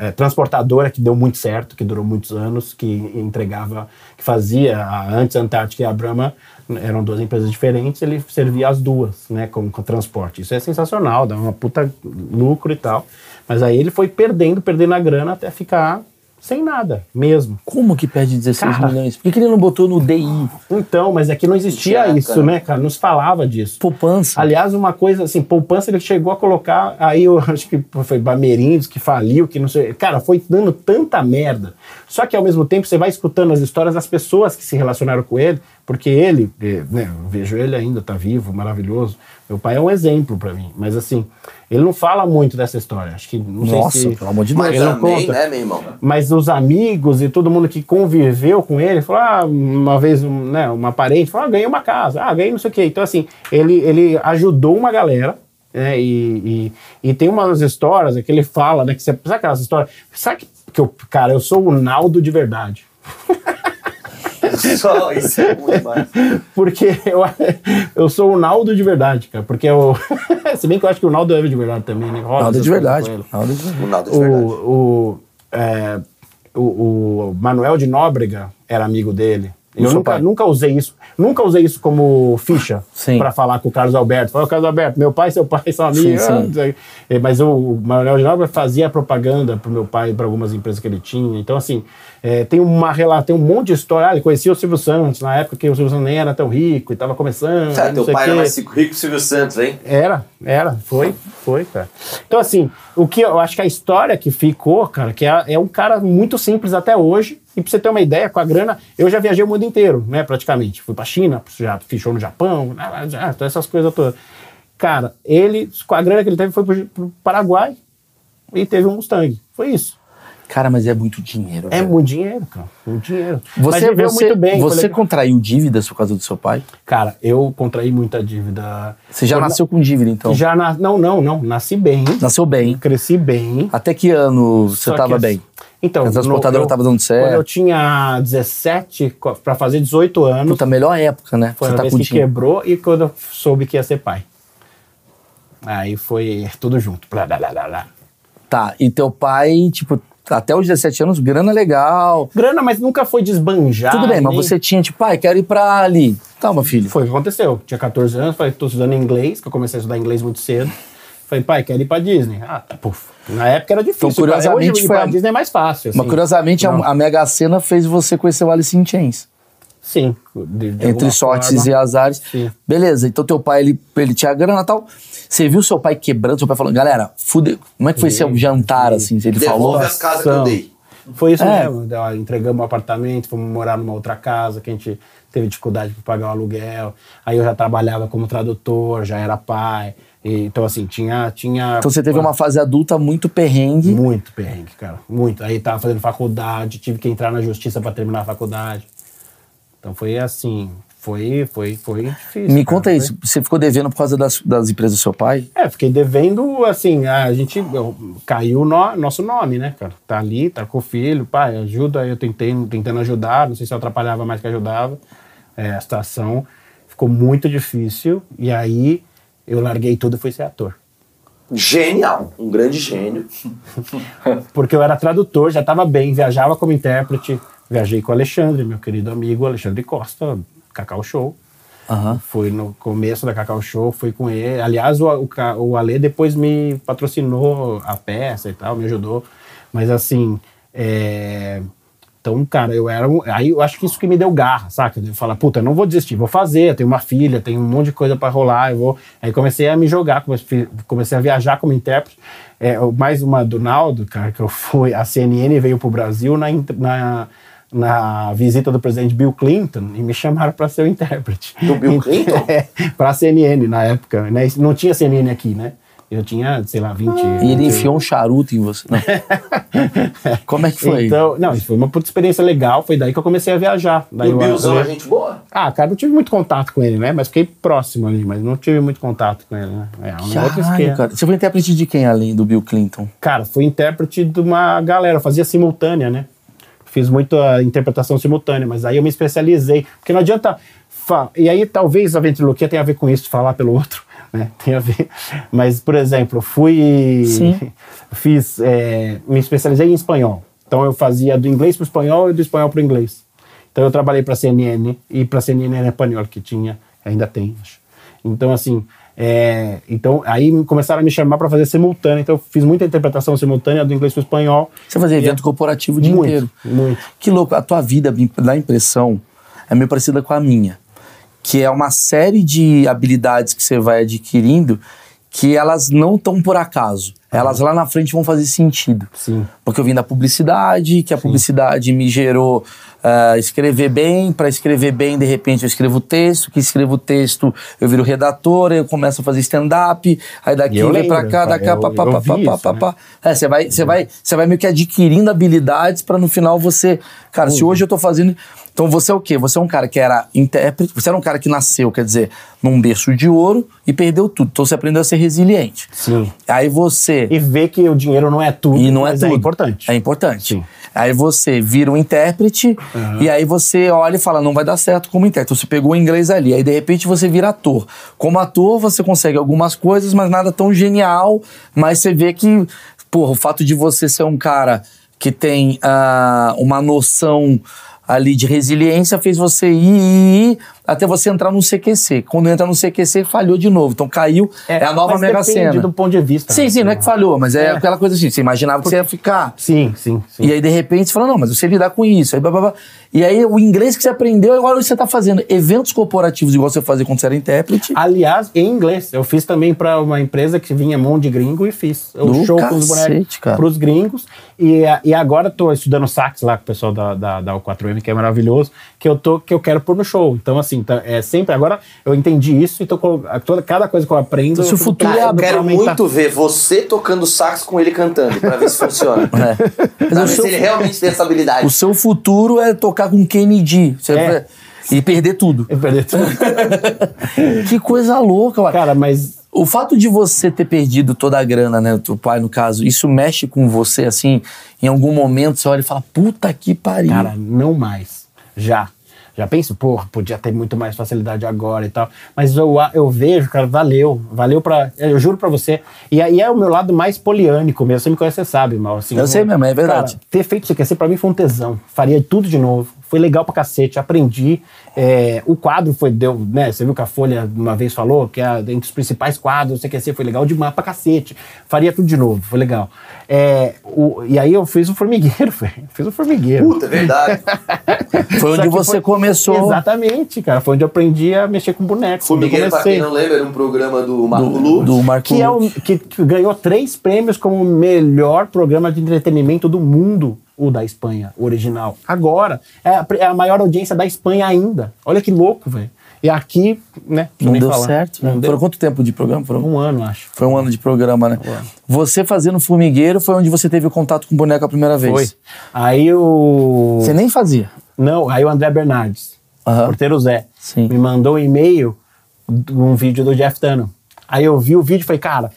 [SPEAKER 1] é, transportadora, que deu muito certo, que durou muitos anos, que entregava, que fazia a antes a Antártica e a Brahma, né, eram duas empresas diferentes, ele servia as duas, né, como com transporte. Isso é sensacional, dá uma puta lucro e tal. Mas aí ele foi perdendo, perdendo a grana até ficar sem nada mesmo.
[SPEAKER 4] Como que perde 16
[SPEAKER 1] Cara.
[SPEAKER 4] milhões? Por que, que ele não botou no DI?
[SPEAKER 1] Então, mas é que não existia
[SPEAKER 3] Caraca,
[SPEAKER 1] isso,
[SPEAKER 3] né?
[SPEAKER 1] né, cara? Não se falava disso.
[SPEAKER 4] Poupança.
[SPEAKER 1] Aliás, uma coisa assim, poupança ele chegou a colocar, aí eu acho que foi Bamerindos que faliu, que não sei. Cara, foi dando tanta merda. Só que ao mesmo tempo você vai escutando as histórias das pessoas que se relacionaram com ele, porque ele, eh, né, eu vejo ele ainda, tá vivo, maravilhoso. Meu pai é um exemplo pra mim, mas assim, ele não fala muito dessa história. Acho que não
[SPEAKER 4] Nossa,
[SPEAKER 1] sei se.
[SPEAKER 4] pelo amor de Deus.
[SPEAKER 3] Mas
[SPEAKER 1] Ele não
[SPEAKER 3] também,
[SPEAKER 1] conta.
[SPEAKER 3] né, meu irmão?
[SPEAKER 1] Mas os amigos e todo mundo que conviveu com ele falou: ah, uma vez, um, né, uma parente falou: ah, ganhei uma casa, ah, ganhei não sei o quê. Então, assim, ele, ele ajudou uma galera. né, e, e, e tem umas histórias é que ele fala, né? Que você, sabe aquelas histórias? Sabe que, que eu, cara, eu sou o Naldo de verdade.
[SPEAKER 3] Só isso é muito mais.
[SPEAKER 1] Porque eu, eu sou o Naldo de verdade, cara. Porque eu. se bem que eu acho que o Naldo é de verdade também, né? Rola
[SPEAKER 4] Nada
[SPEAKER 1] essas
[SPEAKER 4] é de
[SPEAKER 1] coisas
[SPEAKER 4] verdade.
[SPEAKER 1] com ele.
[SPEAKER 4] Nada de verdade.
[SPEAKER 3] O Naldo de é verdade.
[SPEAKER 1] o, o, é, o, o Manuel de Nóbrega era amigo dele. Eu
[SPEAKER 4] seu
[SPEAKER 1] nunca,
[SPEAKER 4] pai.
[SPEAKER 1] nunca usei isso, nunca usei isso como ficha
[SPEAKER 4] Sim.
[SPEAKER 1] para falar com o Carlos Alberto. Falei, Carlos Alberto, meu pai, e seu pai são
[SPEAKER 4] Sim,
[SPEAKER 1] amigos.
[SPEAKER 4] sim.
[SPEAKER 1] Ah, não sei. Eh, Mas o- o Manuel de Nóbrega fazia propaganda pro meu pai, para algumas empresas que ele tinha. Então, assim, eh, tem uma relação, tem um monte de história. Ah, ele conhecia o Silvio Santos na época que o Silvio Santos nem era tão rico e tava começando.
[SPEAKER 3] Cara,
[SPEAKER 1] não
[SPEAKER 3] Tá, teu
[SPEAKER 1] sei o
[SPEAKER 3] pai era
[SPEAKER 1] quê.
[SPEAKER 3] mais rico que o Silvio Santos, hein?
[SPEAKER 1] Era, era, foi, foi, cara. Então, assim, o que eu acho que a história que ficou, cara, que é, é um cara muito simples até hoje. E pra você ter uma ideia, com a grana, eu já viajei o mundo inteiro, né, praticamente. Fui pra China, já fiz show no Japão, ah, já, todas essas coisas todas. Cara, ele, com a grana que ele teve, foi pro, pro Paraguai e teve um Mustang. Foi isso.
[SPEAKER 4] Cara, mas é muito dinheiro.
[SPEAKER 1] É
[SPEAKER 4] velho.
[SPEAKER 1] muito dinheiro, cara. Muito dinheiro. Mas
[SPEAKER 4] Você,
[SPEAKER 1] viveu
[SPEAKER 4] você,
[SPEAKER 1] muito bem.
[SPEAKER 4] você
[SPEAKER 1] Falei,
[SPEAKER 4] contraiu dívidas por causa do seu pai?
[SPEAKER 1] Cara, eu contraí muita dívida.
[SPEAKER 4] Você já
[SPEAKER 1] Eu na-
[SPEAKER 4] nasceu com dívida, então?
[SPEAKER 1] Já na- não, não, não. Nasci bem.
[SPEAKER 4] Nasceu bem.
[SPEAKER 1] Cresci bem.
[SPEAKER 4] Até que ano você
[SPEAKER 1] Só
[SPEAKER 4] estava
[SPEAKER 1] que-
[SPEAKER 4] bem?
[SPEAKER 1] Então,
[SPEAKER 4] A transportadora
[SPEAKER 1] no- eu-
[SPEAKER 4] tava dando certo.
[SPEAKER 1] Quando eu tinha 17 co- pra fazer 18 anos,
[SPEAKER 4] Puta, melhor época, né?
[SPEAKER 1] foi
[SPEAKER 4] você
[SPEAKER 1] a
[SPEAKER 4] tá
[SPEAKER 1] vez
[SPEAKER 4] com
[SPEAKER 1] que
[SPEAKER 4] dívida.
[SPEAKER 1] quebrou e quando eu soube que ia ser pai. Aí foi tudo junto. Blá, blá, blá, blá, blá.
[SPEAKER 4] Tá, e teu pai, tipo, até os 17 anos, grana legal.
[SPEAKER 1] Grana, mas nunca foi desbanjar.
[SPEAKER 4] Tudo bem,
[SPEAKER 1] Ah,
[SPEAKER 4] mas
[SPEAKER 1] nem-
[SPEAKER 4] você tinha, tipo, pai, quero ir pra ali. Calma, filho.
[SPEAKER 1] Foi o que aconteceu. Tinha 14 anos, falei, tô estudando inglês, que eu comecei a estudar inglês muito cedo. Falei, pai, quero ir pra Disney. Ah, tá, puf. Na época era difícil.
[SPEAKER 4] Então, curiosamente,
[SPEAKER 1] Hoje, ir
[SPEAKER 4] foi
[SPEAKER 1] pra
[SPEAKER 4] a-
[SPEAKER 1] Disney é mais fácil.
[SPEAKER 4] Mas
[SPEAKER 1] assim.
[SPEAKER 4] curiosamente, a,
[SPEAKER 1] Não.
[SPEAKER 4] a Mega Sena fez você conhecer o Alice in Chains.
[SPEAKER 1] Sim. de- de
[SPEAKER 4] entre
[SPEAKER 1] alguma
[SPEAKER 4] sortes
[SPEAKER 1] forma.
[SPEAKER 4] e azares.
[SPEAKER 1] Sim.
[SPEAKER 4] Beleza, então teu pai, ele, ele tinha grana e tal. Você viu seu pai quebrando, seu pai falando, galera, fudeu. Como é que foi seu jantar, assim? Ele falou.
[SPEAKER 3] Devolve as casas que eu dei.
[SPEAKER 1] Foi isso
[SPEAKER 4] É.
[SPEAKER 1] mesmo. Ó, Entregamos o apartamento, fomos morar numa outra casa que a gente teve dificuldade para pagar o aluguel. Aí eu já trabalhava como tradutor, já era pai. E, então, assim, tinha. tinha
[SPEAKER 4] Então você teve uma fase adulta muito perrengue.
[SPEAKER 1] Muito perrengue, cara. Muito. Aí tava fazendo faculdade, tive que entrar na justiça para terminar a faculdade. Então foi assim. Foi, foi, foi difícil.
[SPEAKER 4] Me
[SPEAKER 1] cara. né?
[SPEAKER 4] conta
[SPEAKER 1] Foi-
[SPEAKER 4] isso, você ficou devendo por causa das, das empresas do seu pai?
[SPEAKER 1] É, fiquei devendo, assim, a gente eu- caiu o no, nosso nome, né, cara? Tá ali, tá com o filho, pai, ajuda, eu tentei, tentando ajudar, não sei se eu atrapalhava mais que ajudava. É, a situação ficou muito difícil, e aí eu larguei tudo e fui ser ator.
[SPEAKER 3] Genial. Um grande gênio.
[SPEAKER 1] Porque eu era tradutor, já tava bem, viajava como intérprete, viajei com o Alexandre, meu querido amigo Alexandre Costa, Cacau Show.
[SPEAKER 4] Aham.
[SPEAKER 1] Fui no começo da Cacau Show, fui com ele. Aliás, o, o, Ca- o Ale depois me patrocinou a peça e tal, me ajudou. Mas assim, é... então, cara, eu era. um- Aí eu acho que isso que me deu garra, saca? De falar, puta, eu não vou desistir, vou fazer. Eu tenho uma filha, tenho um monte de coisa pra rolar. Eu vou. Aí comecei a me jogar, comecei, comecei a viajar como intérprete. É, o- mais uma do Naldo, cara, que eu fui. A CNN veio pro Brasil na. int- na na visita do presidente Bill Clinton e me chamaram para ser o intérprete.
[SPEAKER 3] Do Bill Clinton?
[SPEAKER 1] É, pra CNN na época, né? Isso Não tinha
[SPEAKER 3] Ah.
[SPEAKER 1] CNN aqui, né? Eu tinha, sei lá, 20.
[SPEAKER 4] E ele enfiou um charuto em você. Não. Como é que foi?
[SPEAKER 1] Então, não, isso foi uma puta experiência legal, foi daí que eu comecei a viajar. Daí
[SPEAKER 3] E o
[SPEAKER 1] eu-
[SPEAKER 3] Billzão
[SPEAKER 1] eu-
[SPEAKER 3] é gente boa?
[SPEAKER 1] Ah, cara, não tive muito contato com ele, né? Mas fiquei próximo ali, mas não tive muito contato com ele, né? É, um outro
[SPEAKER 4] Caralho,
[SPEAKER 1] esquema.
[SPEAKER 4] cara. Você foi intérprete de quem além do Bill Clinton?
[SPEAKER 1] Cara, fui intérprete de uma galera, eu fazia simultânea, né? Fiz muita interpretação simultânea, mas aí eu me especializei. Porque não adianta. fa- E aí talvez a ventriloquia tenha a ver com isso, falar pelo outro, né? Tem a ver. Mas, por exemplo, eu fui.
[SPEAKER 4] Sim.
[SPEAKER 1] Fiz. é, me especializei em espanhol. Então eu fazia do inglês para o espanhol e do espanhol para o inglês. Então eu trabalhei para CNN e para CNN era espanhol, que tinha, ainda tem, acho. Então, assim, é, então aí me- começaram a me chamar para fazer simultânea. Então, eu fiz muita interpretação simultânea do inglês para o espanhol.
[SPEAKER 4] Você fazia evento corporativo o dia
[SPEAKER 1] é Muito,
[SPEAKER 4] inteiro.
[SPEAKER 1] muito.
[SPEAKER 4] Que louco. A tua vida, me dá a impressão, é meio parecida com a minha. Que é uma série de habilidades que você vai adquirindo que elas não estão por acaso. Elas lá na frente vão fazer sentido.
[SPEAKER 1] Sim.
[SPEAKER 4] Porque eu vim da publicidade, que a publicidade me gerou ah, escrever bem. Para escrever bem, de repente, eu escrevo texto. Que escrevo texto, eu viro redator, eu começo a fazer stand-up. Aí daqui
[SPEAKER 1] eu
[SPEAKER 4] vem pra
[SPEAKER 1] lembro,
[SPEAKER 4] cá,
[SPEAKER 1] cara,
[SPEAKER 4] da cá,
[SPEAKER 1] eu-
[SPEAKER 4] pá, pá,
[SPEAKER 1] eu
[SPEAKER 4] pá,
[SPEAKER 1] vi
[SPEAKER 4] pá, pá,
[SPEAKER 1] isso,
[SPEAKER 4] pá,
[SPEAKER 1] né?
[SPEAKER 4] pá. É, você vai, você vai, você vai meio que adquirindo habilidades pra no final você, cara, se hoje eu tô fazendo, então você é o quê? Você é um cara que era intérprete, você era um cara que nasceu, quer dizer, num berço de ouro e perdeu tudo. Então você aprendeu a ser resiliente.
[SPEAKER 1] Sim.
[SPEAKER 4] Aí você
[SPEAKER 1] E ver que o dinheiro não é tudo.
[SPEAKER 4] e não é
[SPEAKER 1] mas
[SPEAKER 4] tudo.
[SPEAKER 1] É importante.
[SPEAKER 4] É importante.
[SPEAKER 1] Sim.
[SPEAKER 4] Aí você vira um intérprete e aí você olha e fala, não vai dar certo como intérprete. Então, Você pegou o inglês ali, aí de repente você vira ator. Como ator, você consegue algumas coisas, mas nada tão genial. Mas você vê que, porra, o fato de você ser um cara que tem ah, uma noção ali de resiliência fez você ir, ir, ir até você entrar no CQC. Quando entra no CQC, falhou de novo. Então caiu, é, a nova
[SPEAKER 1] mas
[SPEAKER 4] mega
[SPEAKER 1] depende
[SPEAKER 4] cena.
[SPEAKER 1] do ponto de vista.
[SPEAKER 4] Sim,
[SPEAKER 1] né?
[SPEAKER 4] sim, não é que falhou, mas é,
[SPEAKER 1] É.
[SPEAKER 4] aquela coisa assim, você imaginava que você ia ficar.
[SPEAKER 1] Sim, sim, sim.
[SPEAKER 4] E aí, de repente, você fala, não, mas eu sei lidar com isso. Aí, blá, blá, blá. E aí, o inglês que você aprendeu, agora você tá fazendo eventos corporativos, igual você fazia quando você era intérprete.
[SPEAKER 1] Aliás, em inglês. Eu fiz também para uma empresa que vinha mão de gringo e fiz. O
[SPEAKER 4] Do
[SPEAKER 1] show com os
[SPEAKER 4] cacete,
[SPEAKER 1] bonecos
[SPEAKER 4] cara.
[SPEAKER 1] pros gringos. E, a- e agora tô estudando sax lá com o pessoal da, da, da U4M, que é maravilhoso, que eu, tô, que eu quero pôr no show. Então, assim, tá- é sempre. Agora eu entendi isso e tô colo- a- toda, cada coisa que eu aprendo.
[SPEAKER 4] Então, se
[SPEAKER 1] Ah, eu
[SPEAKER 4] o
[SPEAKER 1] fico
[SPEAKER 4] futuro é
[SPEAKER 3] Cara, eu
[SPEAKER 1] trazendo pra
[SPEAKER 3] quero
[SPEAKER 1] aumentar.
[SPEAKER 3] muito ver você tocando sax com ele cantando, pra ver se funciona.
[SPEAKER 1] Ah.
[SPEAKER 4] É. Mas
[SPEAKER 3] Pra
[SPEAKER 4] o
[SPEAKER 3] ver
[SPEAKER 4] seu-
[SPEAKER 3] se ele realmente tem essa habilidade.
[SPEAKER 4] O seu futuro é tocar com Kennedy. Você
[SPEAKER 1] É.
[SPEAKER 4] E perder tudo.
[SPEAKER 1] Eu perdi tudo.
[SPEAKER 4] que coisa louca, cara.
[SPEAKER 1] É. Cara, mas.
[SPEAKER 4] O fato de você ter perdido toda a grana, né? O teu pai, no caso, isso mexe com você, assim, em algum momento você olha e fala, puta que pariu.
[SPEAKER 1] Cara, não mais. Já. Já penso, porra, podia ter muito mais facilidade agora e tal. Mas eu, a- eu vejo, cara, valeu. Valeu pra. Eu juro pra você. E aí é o meu lado mais poliânico mesmo. Você me conhece, você sabe, mal. Assim,
[SPEAKER 4] Eu sei mesmo, é verdade.
[SPEAKER 1] Cara, ter feito isso aqui, assim, pra mim foi um tesão. Faria tudo de novo. Foi legal pra cacete, aprendi. É, o quadro foi, deu, né? Você viu que a Folha uma vez falou que é entre os principais quadros, você quer ser, assim, foi legal demais pra cacete. Faria tudo de novo, foi legal. É, o- e aí eu fiz o formigueiro, velho. fiz o formigueiro.
[SPEAKER 3] Puta, é verdade.
[SPEAKER 4] Foi
[SPEAKER 1] Só
[SPEAKER 4] onde
[SPEAKER 1] que
[SPEAKER 4] você
[SPEAKER 1] foi-
[SPEAKER 4] começou.
[SPEAKER 1] Exatamente, cara. Foi onde eu aprendi a mexer com bonecos.
[SPEAKER 3] Formigueiro,
[SPEAKER 1] quando eu
[SPEAKER 3] pra quem
[SPEAKER 1] comecei.
[SPEAKER 3] não lembra, era um programa do Marco
[SPEAKER 4] Do,
[SPEAKER 3] Lu.
[SPEAKER 4] do Marco
[SPEAKER 1] Que, é
[SPEAKER 4] Luque.
[SPEAKER 1] o, que, que ganhou três prêmios como o melhor programa de entretenimento do mundo, o da Espanha, o original. Agora, é a, pri- é a maior audiência da Espanha ainda. Olha que louco, velho. E aqui, né? preciso
[SPEAKER 4] Não
[SPEAKER 1] nem
[SPEAKER 4] deu
[SPEAKER 1] falar.
[SPEAKER 4] certo.
[SPEAKER 1] Não
[SPEAKER 4] né?
[SPEAKER 1] deu.
[SPEAKER 4] Foram quanto tempo de programa? Foram
[SPEAKER 1] Um ano, acho.
[SPEAKER 4] Foi um ano de programa, né? Você fazendo formigueiro foi onde você teve contato com o boneco a primeira vez.
[SPEAKER 1] Foi. Aí o.
[SPEAKER 4] Você nem fazia.
[SPEAKER 1] Não, aí o André Bernardes,
[SPEAKER 4] Aham.
[SPEAKER 1] porteiro Zé,
[SPEAKER 4] Sim.
[SPEAKER 1] me mandou um e-mail de um vídeo do Jeff Tano. Aí eu vi o vídeo e falei, cara,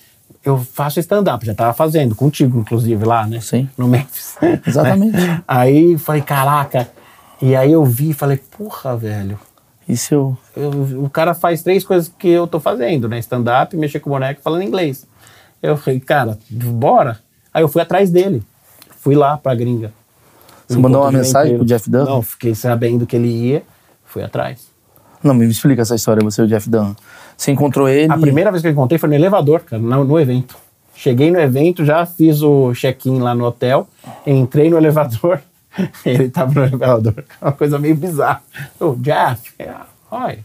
[SPEAKER 1] eu faço stand-up, já tava fazendo, contigo, inclusive, lá, né?
[SPEAKER 4] Sim.
[SPEAKER 1] No Memphis.
[SPEAKER 4] Exatamente.
[SPEAKER 1] Né? Aí falei, caraca. E aí eu vi e falei, porra, velho.
[SPEAKER 4] Isso eu.
[SPEAKER 1] eu- o cara faz três coisas que eu tô fazendo, né? Stand-up, mexer com boneco e falando inglês. Eu falei, cara, bora. Aí eu fui atrás dele. Fui lá pra gringa.
[SPEAKER 4] Você mandou uma
[SPEAKER 1] Encontro de
[SPEAKER 4] mensagem
[SPEAKER 1] emprego.
[SPEAKER 4] pro Jeff Dunham?
[SPEAKER 1] Não, fiquei sabendo que ele ia, fui atrás.
[SPEAKER 4] Não, me explica essa história, você e o Jeff Dunham. Você encontrou ele.
[SPEAKER 1] A primeira vez que eu encontrei foi no elevador, cara, no, no evento. Cheguei no evento, já fiz o check-in lá no hotel, entrei no elevador, ele tava no elevador. Uma coisa meio bizarra. O Jeff, é, olha.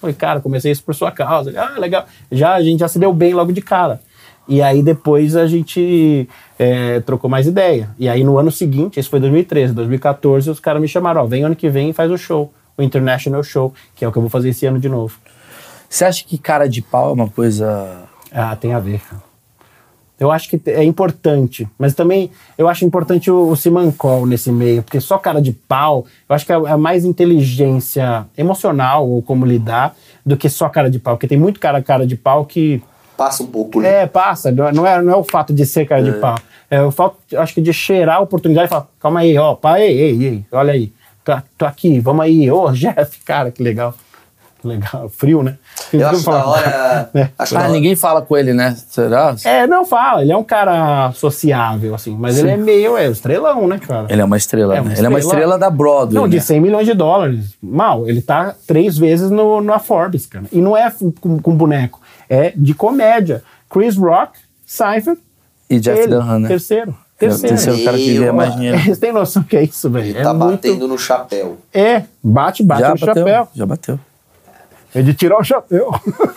[SPEAKER 1] Falei, cara, comecei isso por sua causa. Ele, ah, legal. Já, a gente já se deu bem logo de cara. E aí depois a gente é, trocou mais ideia. E aí no ano seguinte, esse foi 2013, 2014, os caras me chamaram, ó, vem ano que vem e faz o show. O International Show, que é o que eu vou fazer esse ano de novo.
[SPEAKER 4] Você acha que cara de pau é uma coisa.
[SPEAKER 1] Ah, tem a ver, cara. Eu acho que é importante, mas também eu acho importante o, o Simancol nesse meio, porque só cara de pau, eu acho que é, é mais inteligência emocional ou como lidar do que só cara de pau, porque tem muito cara cara de pau que
[SPEAKER 3] Passa um pouco. né?
[SPEAKER 1] é, passa, não é, não é, não é o fato de ser cara de pau. É o fato, eu acho que de cheirar a oportunidade e falar, calma aí, ó, pá, ei, ei, ei, olha aí, tô, tô aqui, vamos aí, ô, Jeff, cara, que legal. Que legal, frio, né?
[SPEAKER 3] Eu acho da hora.
[SPEAKER 1] É.
[SPEAKER 3] Acho da
[SPEAKER 4] Ah,
[SPEAKER 3] hora.
[SPEAKER 4] ninguém fala com ele, né? Será?
[SPEAKER 1] É, não fala, ele é um cara sociável, assim, mas ele é meio, é estrelão, né, cara?
[SPEAKER 4] Ele é uma estrela,
[SPEAKER 1] É uma
[SPEAKER 4] né? Ele é uma
[SPEAKER 1] estrela.
[SPEAKER 4] estrela da Broadway.
[SPEAKER 1] Não, de
[SPEAKER 4] né?
[SPEAKER 1] 100 milhões de dólares. Mal, ele tá três vezes no, na Forbes, cara. E não é f- com, com boneco, é de comédia. Chris Rock, Seinfeld,
[SPEAKER 4] E Jeff
[SPEAKER 1] ele,
[SPEAKER 4] Dunham, né?
[SPEAKER 1] terceiro.
[SPEAKER 4] É o
[SPEAKER 1] Terceiro.
[SPEAKER 4] terceiro cara que
[SPEAKER 3] Meu,
[SPEAKER 4] ganha mais
[SPEAKER 3] ó.
[SPEAKER 4] dinheiro.
[SPEAKER 1] Eles têm noção que é isso, velho.
[SPEAKER 3] Ele
[SPEAKER 1] É
[SPEAKER 3] tá
[SPEAKER 1] muito-
[SPEAKER 3] batendo no chapéu.
[SPEAKER 1] É, bate, bate
[SPEAKER 4] Já
[SPEAKER 1] no
[SPEAKER 4] bateu,
[SPEAKER 1] chapéu.
[SPEAKER 4] já bateu.
[SPEAKER 1] É de tirar o chapéu.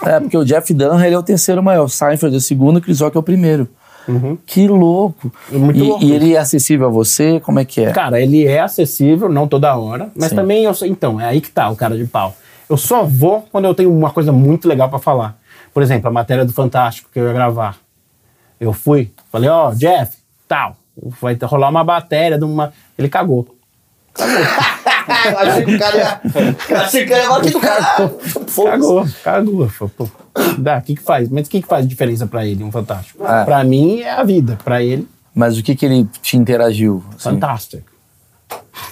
[SPEAKER 4] É, porque o Jeff Dunham, ele é o terceiro maior. O Seinfeld é o segundo, o Chris Rock é o primeiro. Que louco.
[SPEAKER 1] Uhum. É muito
[SPEAKER 4] e,
[SPEAKER 1] louco
[SPEAKER 4] e ele é acessível a você? Como é que é?
[SPEAKER 1] Cara, ele é acessível, não toda hora, mas
[SPEAKER 4] Sim.
[SPEAKER 1] também eu sou- então, é aí que tá o cara de pau. Eu só vou quando eu tenho uma coisa muito legal pra falar. Por exemplo, a matéria do Fantástico que eu ia gravar. Eu fui, falei, ó, Jeff, tal, vai ter- rolar uma matéria de uma, ele cagou.
[SPEAKER 3] Achei que o cara ia. Achei que o cara ia bater no cara. Fogo.
[SPEAKER 1] Cagou, cagou. Eu falei, Pô, dá, o que que faz? Mas o que que faz diferença pra ele, um Fantástico?
[SPEAKER 4] Ah.
[SPEAKER 1] Pra mim é a vida, pra ele
[SPEAKER 4] Mas o que que ele te interagiu? assim?
[SPEAKER 1] Fantástico.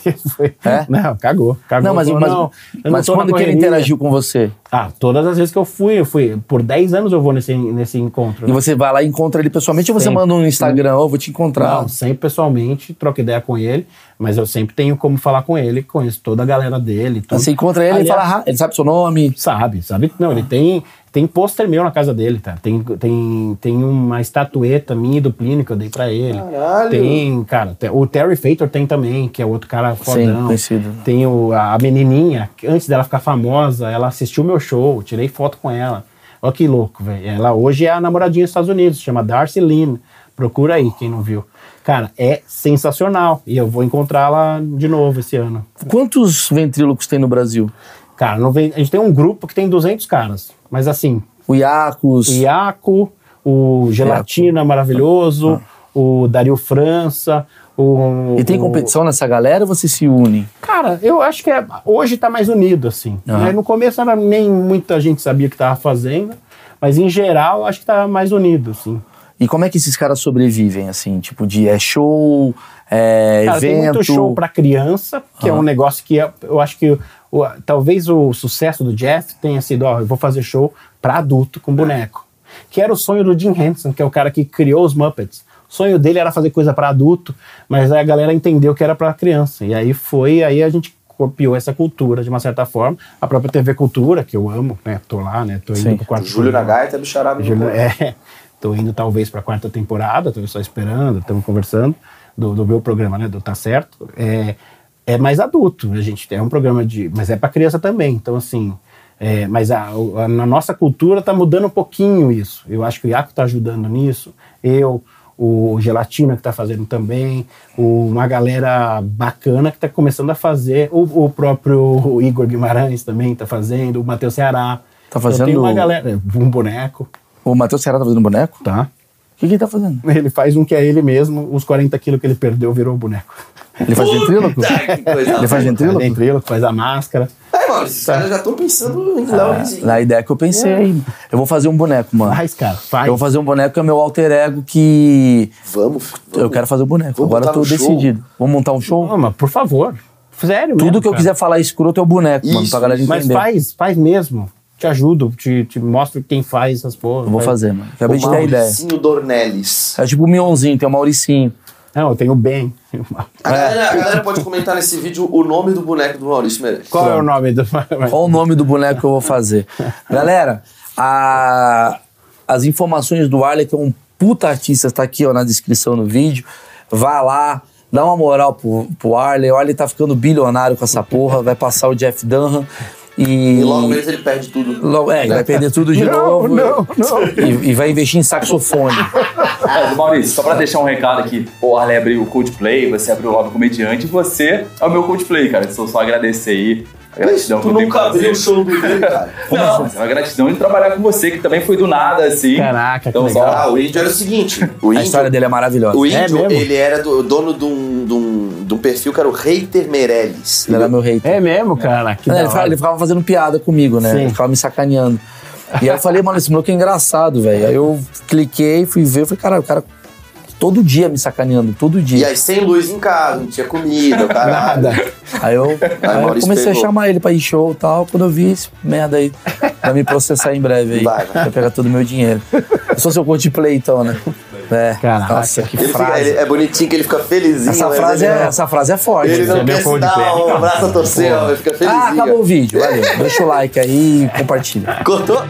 [SPEAKER 1] Foi-
[SPEAKER 4] É?
[SPEAKER 1] Não, cagou. cagou
[SPEAKER 4] Não, mas,
[SPEAKER 1] Falou,
[SPEAKER 4] mas,
[SPEAKER 1] não, eu não
[SPEAKER 4] mas
[SPEAKER 1] tô na
[SPEAKER 4] quando que ele
[SPEAKER 1] correria.
[SPEAKER 4] interagiu com você?
[SPEAKER 1] Ah, todas as vezes que eu fui, eu fui. Por 10 anos eu vou nesse, nesse encontro. né?
[SPEAKER 4] E você vai lá e encontra ele pessoalmente ou você
[SPEAKER 1] Sempre.
[SPEAKER 4] manda um Instagram, ou vou te encontrar?
[SPEAKER 1] Não, sempre pessoalmente, troco ideia com ele, mas eu sempre tenho como falar com ele, conheço toda a galera dele. Tudo.
[SPEAKER 4] Você encontra ele e
[SPEAKER 1] Aliás,
[SPEAKER 4] fala, "Ah, ele sabe seu nome.
[SPEAKER 1] Sabe, sabe? Não, ele tem, tem pôster meu na casa dele, tá? Tem, tem, tem uma estatueta minha e do Plínio que eu dei pra ele.
[SPEAKER 3] Caralho.
[SPEAKER 1] Tem, cara, te- o Terry Fator tem também, que é outro cara fodão.
[SPEAKER 4] conhecido.
[SPEAKER 1] Tem o, a menininha, que antes dela ficar famosa, ela assistiu meu show, tirei foto com ela. Olha que louco, velho. Ela hoje é a namoradinha dos Estados Unidos, chama Darcy Lynn. Procura aí, quem não viu. Cara, é sensacional. E eu vou encontrá-la de novo esse ano.
[SPEAKER 4] Quantos ventrílocos tem no Brasil?
[SPEAKER 1] Cara, não vem- a gente tem um grupo que tem 200 caras. Mas assim,
[SPEAKER 4] O Iacos,
[SPEAKER 1] o Iaco, o Gelatina maravilhoso, o Dario França, o...
[SPEAKER 4] Ah. E tem
[SPEAKER 1] o-
[SPEAKER 4] competição nessa galera ou vocês se unem?
[SPEAKER 1] Cara, eu acho que é- hoje tá mais unido, assim.
[SPEAKER 4] Aham.
[SPEAKER 1] né? No começo era, nem muita gente sabia o que tava fazendo, mas em geral acho que tá mais unido, assim.
[SPEAKER 4] E como é que esses caras sobrevivem, assim? Tipo, de é show, é
[SPEAKER 1] Cara,
[SPEAKER 4] evento.
[SPEAKER 1] tem muito show pra criança, que é um negócio que é- eu acho que o- talvez o sucesso do Jeff tenha sido, ó, eu vou fazer show pra adulto com boneco. Que era o sonho do Jim Henson, que é o cara que criou os Muppets. O sonho dele era fazer coisa pra adulto, mas aí a galera entendeu que era pra criança. E aí foi, aí a gente copiou essa cultura de uma certa forma, a própria TV Cultura, que eu amo, né? Tô lá, né? Tô indo
[SPEAKER 4] Sim.
[SPEAKER 1] pro quarto.
[SPEAKER 3] Júlio
[SPEAKER 1] programa.
[SPEAKER 3] Nagaita é do Charada do
[SPEAKER 1] Júlio-
[SPEAKER 3] Corpo.
[SPEAKER 1] é, tô indo talvez para a quarta temporada, tô só esperando, estamos conversando do, do meu programa, né, do Tá Certo. É, é mais adulto, a gente é um programa de, mas é para criança também. Então assim, é, mas a, o- a- na nossa cultura tá mudando um pouquinho isso. Eu acho que o Iaco tá ajudando nisso. Eu o Gelatina que tá fazendo também, o- uma galera bacana que tá começando a fazer, o, o próprio Igor Guimarães também tá fazendo, o Matheus Ceará.
[SPEAKER 4] Tá
[SPEAKER 1] Então, tem
[SPEAKER 4] fazendo-
[SPEAKER 1] uma galera, um boneco,
[SPEAKER 4] O Matheus Será tá fazendo boneco?
[SPEAKER 1] tá?
[SPEAKER 4] O que, que ele tá fazendo?
[SPEAKER 1] Ele faz um que é ele mesmo, os 40 quilos que ele perdeu virou boneco.
[SPEAKER 4] Ele faz ventríloco?
[SPEAKER 3] Puta, que coisa.
[SPEAKER 4] Ele faz ventríloco?
[SPEAKER 1] Dentro ele faz a máscara.
[SPEAKER 3] É, mano, esses caras já estão pensando em dar um
[SPEAKER 4] Ah, na ideia que eu pensei. Eu vou fazer um boneco, mano.
[SPEAKER 1] Faz, cara, faz.
[SPEAKER 4] Eu vou fazer um boneco que é meu alter ego que.
[SPEAKER 3] Vamos. vamos.
[SPEAKER 4] Eu quero fazer um boneco.
[SPEAKER 3] Vamos
[SPEAKER 4] Agora eu
[SPEAKER 3] montar
[SPEAKER 4] tô
[SPEAKER 3] um show.
[SPEAKER 4] decidido. Vamos montar um show?
[SPEAKER 1] Não, mas por favor. Sério
[SPEAKER 4] Tudo
[SPEAKER 1] mesmo,
[SPEAKER 4] que eu
[SPEAKER 1] cara.
[SPEAKER 4] quiser falar escroto é o boneco, mano,
[SPEAKER 3] Isso,
[SPEAKER 4] pra galera
[SPEAKER 1] Mas
[SPEAKER 4] entender.
[SPEAKER 1] faz, faz mesmo. Te ajudo, te, te mostro quem faz essas porras.
[SPEAKER 4] Eu vou fazer, mano. Acabei de ter a ideia.
[SPEAKER 3] Mauricinho Dornelles.
[SPEAKER 4] É tipo o Mionzinho, tem o Mauricinho.
[SPEAKER 1] Não, eu tenho bem.
[SPEAKER 3] A galera, a galera pode comentar nesse vídeo o nome do boneco do Maurício Meirelles.
[SPEAKER 1] Qual é o nome do...
[SPEAKER 4] Qual o nome do boneco que eu vou fazer? Galera, a- as informações do Arley, que é um puta artista, tá aqui ó, na descrição do vídeo. Vá lá, dá uma moral pro, pro Arley. O Arley tá ficando bilionário com essa porra, vai passar o Jeff Dunham. E,
[SPEAKER 3] E logo menos ele perde tudo.
[SPEAKER 4] Logo- é, vai perder tudo de
[SPEAKER 1] Não,
[SPEAKER 4] novo.
[SPEAKER 1] não, não.
[SPEAKER 4] E, e vai investir em saxofone.
[SPEAKER 5] Mas, Maurício, só pra deixar um recado aqui, o Ale abriu o Coldplay, você abriu o Rob Comediante, e você é o meu Coldplay, cara. Só, só agradecer aí. A gratidão que
[SPEAKER 3] tu
[SPEAKER 5] eu tenho
[SPEAKER 3] nunca
[SPEAKER 5] pra
[SPEAKER 3] abriu o
[SPEAKER 5] você.
[SPEAKER 3] show do Igor, cara.
[SPEAKER 5] Não,
[SPEAKER 4] assim?
[SPEAKER 5] mas é uma gratidão de trabalhar com você, que também foi do nada, assim.
[SPEAKER 1] Caraca, que
[SPEAKER 5] então, só-
[SPEAKER 1] legal.
[SPEAKER 3] Ah, o índio era o seguinte. O
[SPEAKER 4] Tá A história
[SPEAKER 3] índio,
[SPEAKER 4] dele é maravilhosa.
[SPEAKER 3] o
[SPEAKER 1] É
[SPEAKER 3] índio
[SPEAKER 1] mesmo?
[SPEAKER 3] ele era do- dono de um, de, um, de um perfil que era o Hater Meirelles.
[SPEAKER 4] Ele era meu rei.
[SPEAKER 1] É mesmo, cara? Que
[SPEAKER 4] Não,
[SPEAKER 1] da
[SPEAKER 4] ele, ficava,
[SPEAKER 1] hora.
[SPEAKER 4] ele ficava fazendo piada comigo, né?
[SPEAKER 1] Sim.
[SPEAKER 4] Ele ficava me sacaneando. E aí eu falei, mano, esse maluco é engraçado, velho. Aí eu cliquei, fui ver, falei, caralho, o cara todo dia me sacaneando, todo
[SPEAKER 3] E
[SPEAKER 4] dia.
[SPEAKER 3] aí, sem luz em casa, não tinha comida, o caralho.
[SPEAKER 4] Aí eu, aí eu
[SPEAKER 3] Maurício
[SPEAKER 4] comecei
[SPEAKER 3] pegou.
[SPEAKER 4] a chamar ele pra ir show e tal. Quando eu vi esse merda aí, vai me processar em breve aí.
[SPEAKER 3] Vai,
[SPEAKER 4] Vai,
[SPEAKER 3] vai.
[SPEAKER 4] pegar todo o meu dinheiro. Eu sou seu coldplay, então, né? É.
[SPEAKER 1] Caraca.
[SPEAKER 4] Nossa, que
[SPEAKER 3] Ele fica-
[SPEAKER 4] frase.
[SPEAKER 3] ele- é bonitinho que ele fica felizinho.
[SPEAKER 4] essa,
[SPEAKER 3] mas
[SPEAKER 4] frase
[SPEAKER 3] ele
[SPEAKER 4] é,
[SPEAKER 3] não-
[SPEAKER 4] essa frase é forte.
[SPEAKER 3] Ele
[SPEAKER 4] né?
[SPEAKER 3] não
[SPEAKER 1] Você
[SPEAKER 3] quer
[SPEAKER 1] deu
[SPEAKER 3] se
[SPEAKER 1] pão de
[SPEAKER 3] dar
[SPEAKER 1] ferro.
[SPEAKER 3] um abraço a torcer, ó, ele fica felizinho.
[SPEAKER 4] Ah, acabou o vídeo. Valeu. Deixa o like aí e compartilha.
[SPEAKER 3] Cortou?